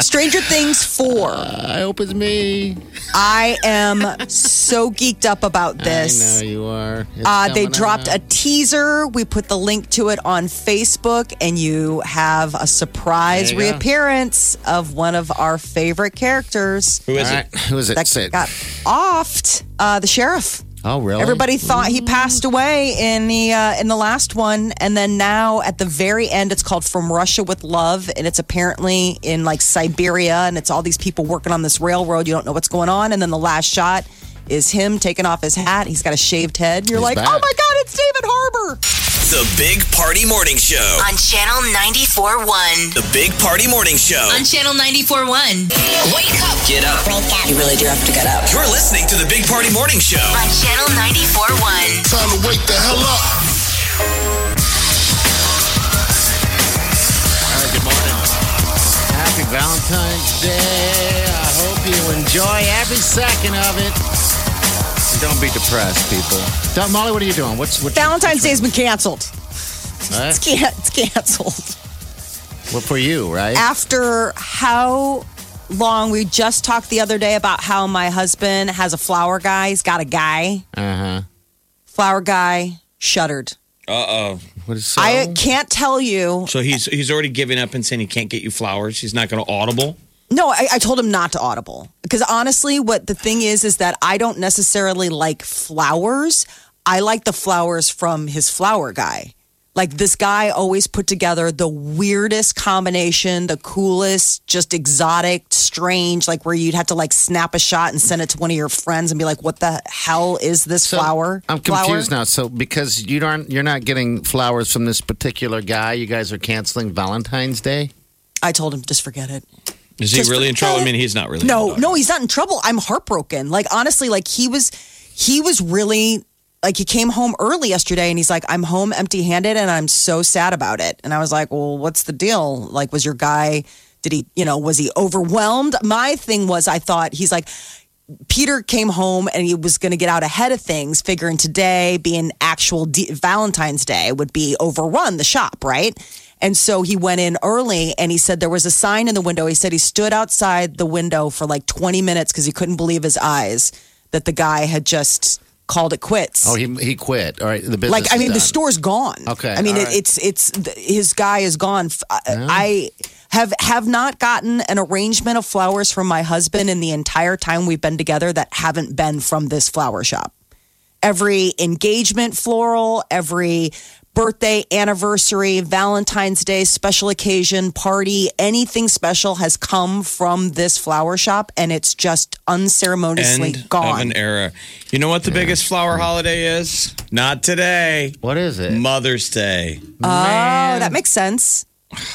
[SPEAKER 3] Stranger Things 4.
[SPEAKER 4] I hope it's me.
[SPEAKER 3] I am so geeked up about this.
[SPEAKER 4] I know you are. It's
[SPEAKER 3] Uh, they
[SPEAKER 4] coming
[SPEAKER 3] dropped
[SPEAKER 4] out.
[SPEAKER 3] a teaser. We put the link to it on Facebook, and you have a surprise
[SPEAKER 4] There you go.
[SPEAKER 3] reappearance of one of our favorite characters.
[SPEAKER 4] Who is it? Who is it?
[SPEAKER 3] That
[SPEAKER 4] Say it.
[SPEAKER 3] got offed. Uh, the sheriff.
[SPEAKER 4] Oh, really?
[SPEAKER 3] Everybody thought
[SPEAKER 2] Mm-hmm.
[SPEAKER 3] he passed away in the uh, in the last one, and then now at the very end, it's called From Russia with Love, and it's apparently in like Siberia, and it's all these people working on this railroad. You don't know what's going on, and then the last shot is him taking off his hat. He's got a shaved head. You're like,
[SPEAKER 2] He's back.
[SPEAKER 3] oh my god, it's David Harbor.
[SPEAKER 1] The Big Party Morning Show.
[SPEAKER 2] On Channel 94.1.
[SPEAKER 1] The Big Party Morning Show.
[SPEAKER 2] On Channel 94.1. Wake up.
[SPEAKER 1] Get up. Wake up.
[SPEAKER 2] You really do have to get up.
[SPEAKER 1] You're listening to the Big Party Morning Show.
[SPEAKER 2] On Channel 94.1.
[SPEAKER 1] Time to wake the hell up.
[SPEAKER 4] Valentine's Day. I hope you enjoy every second of it.
[SPEAKER 5] Don't be depressed, people.
[SPEAKER 4] Don, Molly, what are you doing? What's what?
[SPEAKER 3] Valentine's Day's been canceled.
[SPEAKER 4] Huh?
[SPEAKER 3] It's, can- it's canceled.
[SPEAKER 4] Well, for you, right?
[SPEAKER 3] After how long we just talked the other day about how my husband has a flower guy. He's got a guy.
[SPEAKER 4] Uh huh.
[SPEAKER 3] Flower guy shuddered.
[SPEAKER 5] Uh oh.
[SPEAKER 4] What is
[SPEAKER 3] I can't tell you.
[SPEAKER 5] So he's he's already giving up and saying he can't get you flowers. He's not going to audible.
[SPEAKER 3] No, I, I told him not to audible because honestly, what the thing is is that I don't necessarily like flowers. I like the flowers from his flower guy. Like this guy always put together the weirdest combination, the coolest, just exotic, strange, like where you'd have to like snap a shot and send it to one of your friends and be like, "What the hell is this flower?"
[SPEAKER 4] I'm confused now. So because you aren't, you're not getting flowers from this particular guy. You guys are canceling Valentine's Day.
[SPEAKER 3] I told him just forget it.
[SPEAKER 5] Is he
[SPEAKER 3] Just
[SPEAKER 5] really in trouble? I
[SPEAKER 3] forget
[SPEAKER 5] mean, he's not really. in
[SPEAKER 3] No,
[SPEAKER 5] trouble.
[SPEAKER 3] no, he's not in trouble. I'm heartbroken. Like honestly, like he was he was really like he came home early yesterday and he's like, I'm home empty handed and I'm so sad about it. And I was like, Well, what's the deal? Like, was your guy did he, you know, was he overwhelmed? My thing was I thought he's like Peter came home and he was going to get out ahead of things, figuring today being actual D- Valentine's Day would be overrun the shop, right? And so he went in early and he said there was a sign in the window. He said he stood outside the window for like 20 minutes because he couldn't believe his eyes that the guy had just called it quits.
[SPEAKER 4] Oh, he he quit. All right, the business.
[SPEAKER 3] like, I
[SPEAKER 4] is
[SPEAKER 3] mean, the
[SPEAKER 4] done.
[SPEAKER 3] store's gone.
[SPEAKER 4] Okay,
[SPEAKER 3] I mean,
[SPEAKER 4] all
[SPEAKER 3] it,
[SPEAKER 4] right.
[SPEAKER 3] it's, it's, th- his guy is gone. F- I- I have, have not gotten an arrangement of flowers from my husband in the entire time we've been together that haven't been from this flower shop every engagement floral, every birthday, anniversary, Valentine's Day, special occasion, party, anything special has come from this flower shop and it's just unceremoniously
[SPEAKER 5] End of
[SPEAKER 3] gone.
[SPEAKER 5] an era. You know what the biggest flower holiday is? Not today.
[SPEAKER 4] What is it?
[SPEAKER 5] Mother's Day.
[SPEAKER 3] Oh, that makes sense.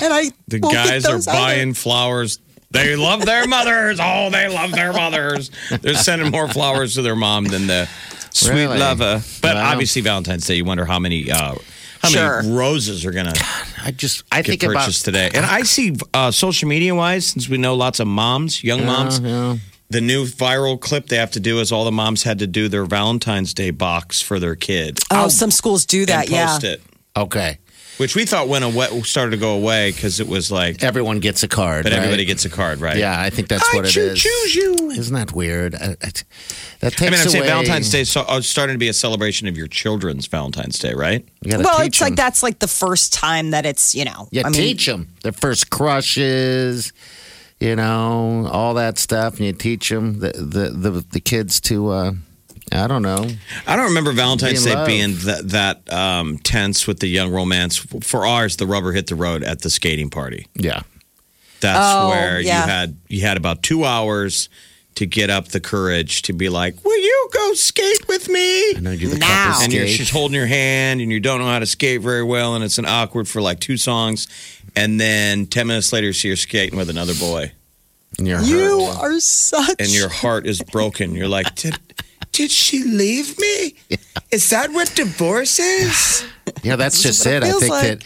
[SPEAKER 3] And I
[SPEAKER 5] The
[SPEAKER 3] won't get
[SPEAKER 5] guys are
[SPEAKER 3] those either.
[SPEAKER 5] buying flowers. They love their mothers. Oh, they love their mothers. They're sending more flowers to their mom than the sweet
[SPEAKER 4] Really?
[SPEAKER 5] lover. But
[SPEAKER 4] Wow.
[SPEAKER 5] obviously, Valentine's Day. You wonder how many uh, how
[SPEAKER 3] Sure.
[SPEAKER 5] many roses are gonna
[SPEAKER 4] I just I
[SPEAKER 5] get
[SPEAKER 4] think about
[SPEAKER 5] purchased today. And I see uh, social media wise, since we know lots of moms, young moms,
[SPEAKER 4] Yeah, yeah.
[SPEAKER 5] the new viral clip they have to do is all the moms had to do their Valentine's Day box for their kid
[SPEAKER 3] Oh, some schools do
[SPEAKER 5] and
[SPEAKER 3] that, yeah.
[SPEAKER 5] post it,
[SPEAKER 4] Okay,
[SPEAKER 5] which we thought went away, started to go away because it was like,
[SPEAKER 4] everyone gets a card.
[SPEAKER 5] but
[SPEAKER 4] right?
[SPEAKER 5] everybody gets a card, right?
[SPEAKER 4] Yeah, I think that's
[SPEAKER 5] I
[SPEAKER 4] what it
[SPEAKER 5] choo-
[SPEAKER 4] is.
[SPEAKER 5] choose you.
[SPEAKER 4] Isn't that weird? I, I, that takes
[SPEAKER 5] I mean, I'm saying
[SPEAKER 4] away-
[SPEAKER 5] Valentine's Day is so, uh, starting to be a celebration of your children's Valentine's Day, right?
[SPEAKER 4] You gotta
[SPEAKER 3] Well,
[SPEAKER 4] teach
[SPEAKER 3] it's like
[SPEAKER 4] 'em.
[SPEAKER 3] that's like the first time that it's, you know,
[SPEAKER 4] Yeah,
[SPEAKER 3] I mean,
[SPEAKER 4] teach them their first crushes, you know, all that stuff, and you teach them the the the, the kids to, uh, I don't know.
[SPEAKER 5] I don't remember Valentine's
[SPEAKER 4] Be in
[SPEAKER 5] Day
[SPEAKER 4] love.
[SPEAKER 5] being th- that um, tense with the young romance. For ours, the rubber hit the road at the skating party.
[SPEAKER 4] Yeah,
[SPEAKER 5] That's
[SPEAKER 3] Oh,
[SPEAKER 5] where
[SPEAKER 3] yeah.
[SPEAKER 5] you had you had about two hours to get up the courage to be like, "Will you go skate with me?"
[SPEAKER 4] I know you're the
[SPEAKER 3] Now.
[SPEAKER 4] couple
[SPEAKER 5] And you're,
[SPEAKER 4] skate.
[SPEAKER 5] she's holding your hand, and you don't know how to skate very well, and it's an awkward for like two songs, and then ten minutes later, you see her skating with another boy,
[SPEAKER 4] and you're
[SPEAKER 3] you
[SPEAKER 4] hurt.
[SPEAKER 3] are such
[SPEAKER 5] and your heart is broken. You're like, "Did did she leave me? Is that what divorce is?"
[SPEAKER 4] Yeah, that's just
[SPEAKER 3] what
[SPEAKER 4] it.
[SPEAKER 3] it
[SPEAKER 4] I
[SPEAKER 3] feels
[SPEAKER 4] think
[SPEAKER 3] like.
[SPEAKER 4] that,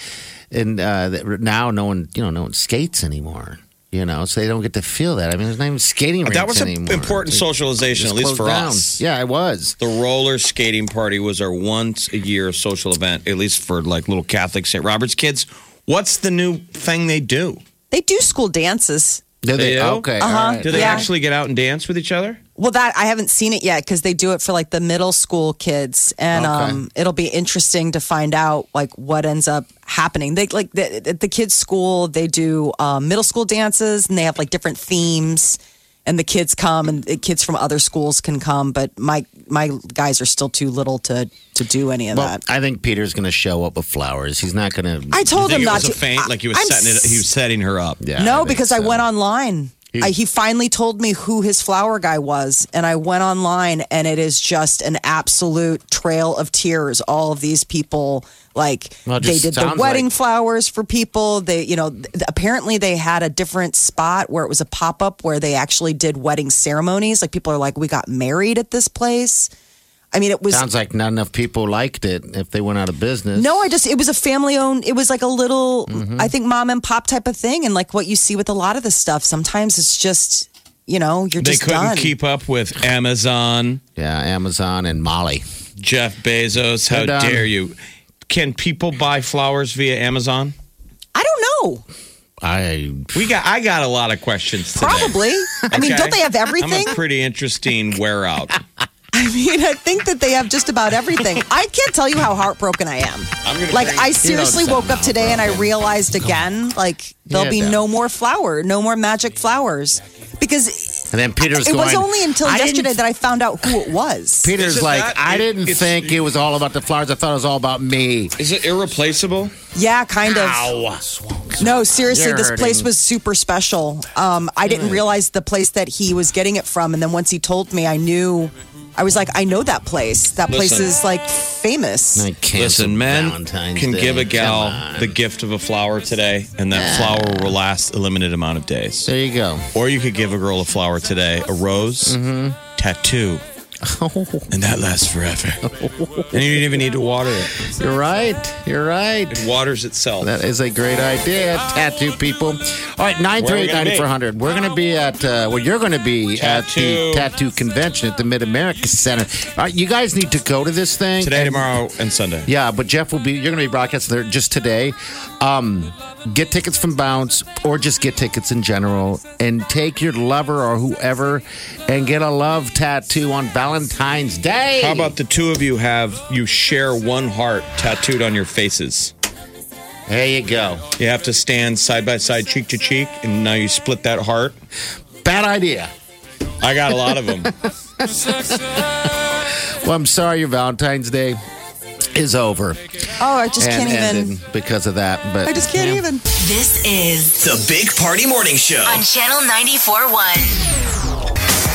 [SPEAKER 4] and uh, that now no one, you know, no one skates anymore. You know, so they don't get to feel that. I mean, there's not even skating rinks
[SPEAKER 5] that was an
[SPEAKER 4] anymore.
[SPEAKER 5] important
[SPEAKER 4] They
[SPEAKER 5] socialization,
[SPEAKER 4] just
[SPEAKER 5] at
[SPEAKER 4] closed
[SPEAKER 5] least for
[SPEAKER 4] down.
[SPEAKER 5] us.
[SPEAKER 4] Yeah, it was.
[SPEAKER 5] The roller skating party was our once a year social event, at least for like little Catholic St. Robert's kids. What's the new thing they do?
[SPEAKER 3] They do school dances.
[SPEAKER 4] Did they?
[SPEAKER 5] They do?
[SPEAKER 4] Okay.
[SPEAKER 3] Uh-huh.
[SPEAKER 4] all right.
[SPEAKER 5] Do they
[SPEAKER 3] Yeah.
[SPEAKER 5] actually get out and dance with each other?
[SPEAKER 3] Well, that I haven't seen it yet because they do it for like the middle school kids, and
[SPEAKER 4] Okay.
[SPEAKER 3] um, it'll be interesting to find out like what ends up happening. They like the, at the kids' school, they do um, middle school dances, and they have like different themes, and the kids come, and the kids from other schools can come. But my my guys are still too little to to do any of
[SPEAKER 4] Well,
[SPEAKER 3] that.
[SPEAKER 4] I think Peter's going to show up with flowers. He's not going to.
[SPEAKER 3] I told
[SPEAKER 5] Think
[SPEAKER 3] him
[SPEAKER 5] it
[SPEAKER 3] not
[SPEAKER 5] was a
[SPEAKER 3] to.
[SPEAKER 5] faint,
[SPEAKER 3] I-
[SPEAKER 5] like he was
[SPEAKER 3] I'm
[SPEAKER 5] setting it, he was setting her up.
[SPEAKER 4] Yeah,
[SPEAKER 3] no,
[SPEAKER 4] think
[SPEAKER 3] because I
[SPEAKER 4] so.
[SPEAKER 3] went online.
[SPEAKER 4] He-
[SPEAKER 3] I, he finally told me who his flower guy was, and I went online, and it is just an absolute trail of tears. All of these people, like
[SPEAKER 4] Well, it
[SPEAKER 3] they
[SPEAKER 4] just
[SPEAKER 3] did the
[SPEAKER 4] sounds
[SPEAKER 3] wedding
[SPEAKER 4] like-
[SPEAKER 3] flowers for people. They, you know, th- apparently they had a different spot where it was a pop up where they actually did wedding ceremonies. Like people are like, we got married at this place. I mean, it was
[SPEAKER 4] Sounds like not enough people liked it if they went out of business.
[SPEAKER 3] No, I just it was a family owned. It was like a little,
[SPEAKER 5] Mm-hmm.
[SPEAKER 3] I think, mom and pop type of thing, and like what you see with a lot of this stuff. Sometimes it's just, you know, you're
[SPEAKER 5] they
[SPEAKER 3] just
[SPEAKER 5] couldn't
[SPEAKER 3] done.
[SPEAKER 5] keep up with Amazon.
[SPEAKER 4] Yeah, Amazon and Molly.
[SPEAKER 5] Jeff Bezos, how
[SPEAKER 4] They're done.
[SPEAKER 5] dare you? Can people buy flowers via Amazon?
[SPEAKER 3] I don't know.
[SPEAKER 4] I
[SPEAKER 5] we got I got a lot of questions today.
[SPEAKER 3] Probably. I mean,
[SPEAKER 5] Okay?
[SPEAKER 3] don't they have everything?
[SPEAKER 5] I'm a pretty interesting wear out.
[SPEAKER 3] I mean, I think that they have just about everything. I can't tell you how heartbroken I am.
[SPEAKER 5] I'm gonna
[SPEAKER 3] like
[SPEAKER 5] bring-
[SPEAKER 3] I
[SPEAKER 5] You don't
[SPEAKER 3] seriously
[SPEAKER 5] sound
[SPEAKER 3] woke up today and I realized again, like there'll
[SPEAKER 4] Yeah,
[SPEAKER 3] be
[SPEAKER 4] Dad.
[SPEAKER 3] no more flower, no more magic flowers, because
[SPEAKER 4] And then Peter's
[SPEAKER 3] it was
[SPEAKER 4] going.
[SPEAKER 3] only until
[SPEAKER 4] "I didn't
[SPEAKER 3] yesterday that I found out who it was.
[SPEAKER 4] Peter's
[SPEAKER 5] Isn't
[SPEAKER 4] like,
[SPEAKER 5] that-
[SPEAKER 4] I
[SPEAKER 5] it-
[SPEAKER 4] didn't
[SPEAKER 5] it's-
[SPEAKER 4] think it was all about the flowers. I thought it was all about me.
[SPEAKER 5] Is it irreplaceable?
[SPEAKER 3] Yeah, kind of.
[SPEAKER 4] Ow.
[SPEAKER 3] No, seriously,
[SPEAKER 4] You're
[SPEAKER 3] this place
[SPEAKER 4] hurting.
[SPEAKER 3] was super special. Um, I didn't realize the place that he was getting it from, and then once he told me, I knew. I was like, I know that place. That place
[SPEAKER 5] Listen.
[SPEAKER 3] is like famous.
[SPEAKER 4] I can't.
[SPEAKER 5] Listen, men
[SPEAKER 4] Valentine's
[SPEAKER 5] can
[SPEAKER 4] Day.
[SPEAKER 5] give a
[SPEAKER 4] Come
[SPEAKER 5] gal
[SPEAKER 4] on.
[SPEAKER 5] the gift of a flower today, and that flower will last a limited amount of days.
[SPEAKER 4] There you go.
[SPEAKER 5] Or you could give a girl a flower today, a rose,
[SPEAKER 4] Mm-hmm.
[SPEAKER 5] tattoo, and that lasts forever. and you don't even need to water it.
[SPEAKER 4] You're right. You're right.
[SPEAKER 5] It waters itself.
[SPEAKER 4] That is a great idea, tattoo people. All right, nine
[SPEAKER 5] Where are
[SPEAKER 4] three
[SPEAKER 5] we
[SPEAKER 4] eight
[SPEAKER 5] gonna
[SPEAKER 4] ninety
[SPEAKER 5] be?
[SPEAKER 4] four hundred. We're going to be at uh, well, you're going to be
[SPEAKER 5] Tattoo.
[SPEAKER 4] at the tattoo convention at the Mid America Center. All right, you guys need to go to this thing
[SPEAKER 5] Today,
[SPEAKER 4] and-
[SPEAKER 5] tomorrow, and Sunday.
[SPEAKER 4] Yeah, but Jeff will be. You're going to be broadcasting there just today. Um, get tickets from Bounce, or just get tickets in general, and take your lover or whoever, and get a love tattoo on Valentine's Day.
[SPEAKER 5] How about the two of you have you share one heart tattooed on your faces?
[SPEAKER 4] there you go?
[SPEAKER 5] You have to stand side by side, cheek to cheek, and now you split that heart.
[SPEAKER 4] Bad idea.
[SPEAKER 5] I got a lot of them.
[SPEAKER 4] Well, I'm sorry, your Valentine's Day is over.
[SPEAKER 3] Oh, I just
[SPEAKER 4] and
[SPEAKER 3] can't even.
[SPEAKER 4] ended because of that. But
[SPEAKER 3] I just can't
[SPEAKER 4] Yeah.
[SPEAKER 3] even.
[SPEAKER 2] This is
[SPEAKER 1] The Big Party Morning Show.
[SPEAKER 2] on Channel 94.1.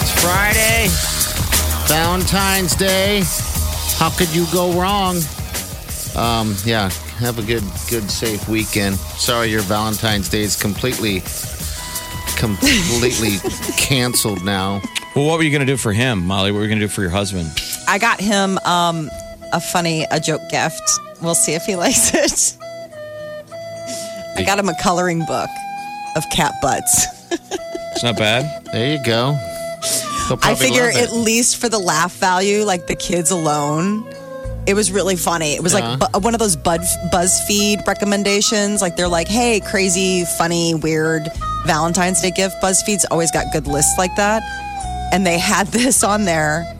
[SPEAKER 4] It's Friday, Valentine's Day. How could you go wrong? Um, yeah, have a good, good, safe weekend. Sorry, your Valentine's Day is completely, completely canceled now.
[SPEAKER 5] Well, what were you going to do for him, Molly? What were you going to do for your husband?
[SPEAKER 3] I got him um, a funny, a joke gift. We'll see if he likes it. I got him a coloring book of cat butts.
[SPEAKER 5] It's not bad.
[SPEAKER 4] There you go. He'll
[SPEAKER 3] I
[SPEAKER 4] probably
[SPEAKER 3] figure
[SPEAKER 4] love it.
[SPEAKER 3] at least for the laugh value, like the kids alone, it was really funny. It was like bu- one of those Bud- BuzzFeed recommendations. Like they're like, hey, crazy, funny, weird Valentine's Day gift. BuzzFeed's always got good lists like that. And they had this on there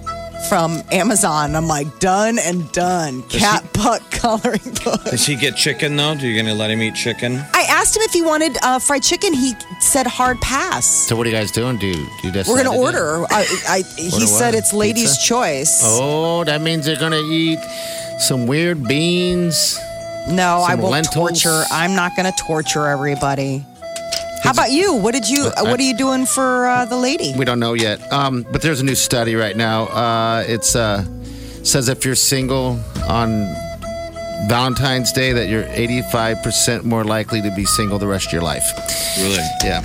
[SPEAKER 3] from Amazon. I'm like, done and done. Cat butt coloring book.
[SPEAKER 5] Does he get chicken though? Do you going to let him eat chicken?
[SPEAKER 3] I asked him if he wanted uh, fried chicken. He said hard pass.
[SPEAKER 4] So what are you guys doing? Do you, do you decide
[SPEAKER 3] We're gonna
[SPEAKER 4] to do-
[SPEAKER 3] order. I, I, he
[SPEAKER 4] Order what?
[SPEAKER 3] said it's ladies'
[SPEAKER 4] Pizza?
[SPEAKER 3] choice.
[SPEAKER 4] Oh, that means they're gonna eat some weird beans.
[SPEAKER 3] No, I
[SPEAKER 4] Some
[SPEAKER 3] won't
[SPEAKER 4] lentils.
[SPEAKER 3] torture. I'm not going to torture everybody. How about you? What did you?
[SPEAKER 4] Uh,
[SPEAKER 3] uh,
[SPEAKER 4] I-
[SPEAKER 3] what are you doing for uh, the lady?
[SPEAKER 4] We don't know yet. Um, but there's a new study right now. Uh, it's uh, says if you're single on Valentine's Day, that you're 85% more likely to be single the rest of your life.
[SPEAKER 5] Really?
[SPEAKER 4] Yeah.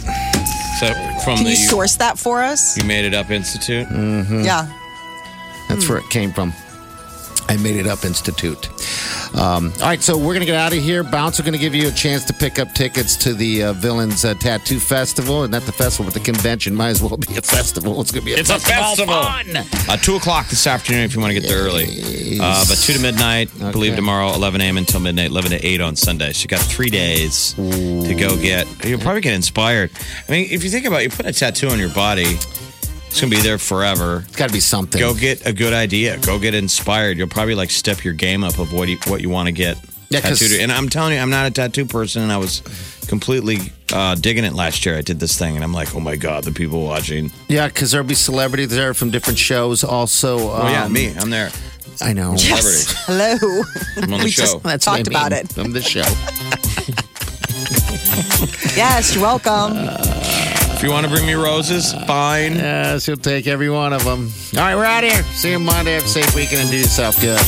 [SPEAKER 5] So from
[SPEAKER 3] Can
[SPEAKER 5] the
[SPEAKER 3] you source that for us?
[SPEAKER 5] You Made It Up Institute. Uh,
[SPEAKER 4] Mm.
[SPEAKER 3] Yeah.
[SPEAKER 4] That's where it came from. I made it up institute. Um, all right, so we're going to get out of here. Bounce, we're going to give you a chance to pick up tickets to the uh, Villains uh, Tattoo Festival. And not the festival, but the convention. Might as well be a festival. It's going to be a
[SPEAKER 5] It's a
[SPEAKER 4] festival.
[SPEAKER 5] festival.
[SPEAKER 4] Fun.
[SPEAKER 5] Uh, two o'clock this afternoon if you want to get there early. Uh, but two to midnight, I believe
[SPEAKER 4] Okay.
[SPEAKER 5] tomorrow, 11 a.m. until midnight, 11 to 8 on Sunday. So you got three days to go get. You'll probably get inspired. I mean, if you think about it, you put a tattoo on your body, it's going to be there forever.
[SPEAKER 4] It's got to be something.
[SPEAKER 5] Go get a good idea. Go get inspired. You'll probably like step your game up of what you, what you want to get
[SPEAKER 4] Yeah, 'cause-
[SPEAKER 5] tattooed. And I'm telling you, I'm not a tattoo person, and I was completely uh, digging it last year. I did this thing, and I'm like, oh my god, the people watching.
[SPEAKER 4] Yeah, because there'll be celebrities there from different shows. Also,
[SPEAKER 5] Oh yeah,
[SPEAKER 4] um,
[SPEAKER 5] me. I'm there.
[SPEAKER 4] I know.
[SPEAKER 5] Celebrity.
[SPEAKER 3] Hello.
[SPEAKER 5] I'm on the
[SPEAKER 3] We
[SPEAKER 5] show.
[SPEAKER 3] just-
[SPEAKER 4] That's
[SPEAKER 3] Talked
[SPEAKER 4] what I mean.
[SPEAKER 3] about it.
[SPEAKER 4] From the show.
[SPEAKER 3] yes, you're welcome.
[SPEAKER 5] If you want to bring me roses, fine.
[SPEAKER 4] Yes, you'll take every one of them. All right, we're out of here. See you Monday. Have a safe weekend and do yourself good.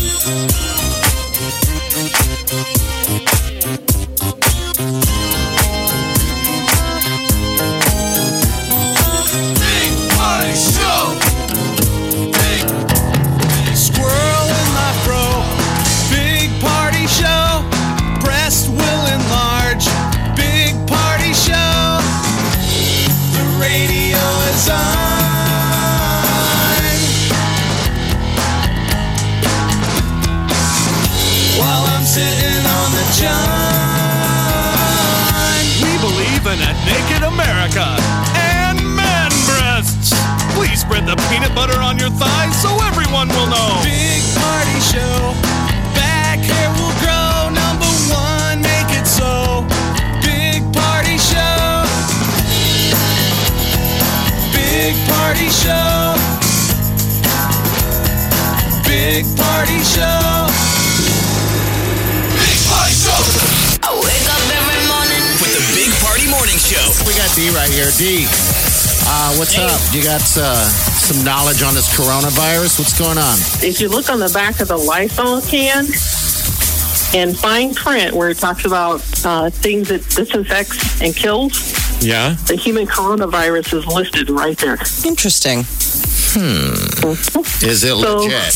[SPEAKER 13] America and man breasts. Please spread the peanut butter on your thighs so everyone will know. Big party show. Back hair will grow. Number one, make it so. Big party show. Big party show. Big party show. Big party show.
[SPEAKER 2] I wake up every morning.
[SPEAKER 1] With the Big Party Morning Show.
[SPEAKER 4] We got D right here. D, uh, what's up? You got uh, some knowledge on this coronavirus? What's going on?
[SPEAKER 14] If you look on the back of the Lysol can and fine print where it talks about uh, things that disinfects and kills,
[SPEAKER 5] Yeah.
[SPEAKER 14] the human coronavirus is listed right there.
[SPEAKER 3] Interesting.
[SPEAKER 4] Hmm. Is it
[SPEAKER 14] So-
[SPEAKER 4] legit?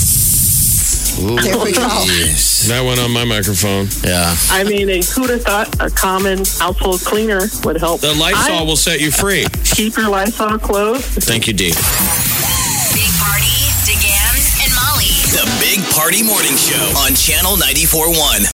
[SPEAKER 4] Ooh.
[SPEAKER 14] There we go.
[SPEAKER 4] Yes.
[SPEAKER 5] That went on my microphone.
[SPEAKER 4] Yeah.
[SPEAKER 14] I mean, and who'd have thought a common household cleaner would help?
[SPEAKER 5] The Lysol
[SPEAKER 14] I-
[SPEAKER 5] will set you free.
[SPEAKER 14] keep your Lysol closed.
[SPEAKER 5] Thank you, D.
[SPEAKER 2] Big Party, DeGan, and Molly.
[SPEAKER 1] The Big Party Morning Show on Channel 94.1.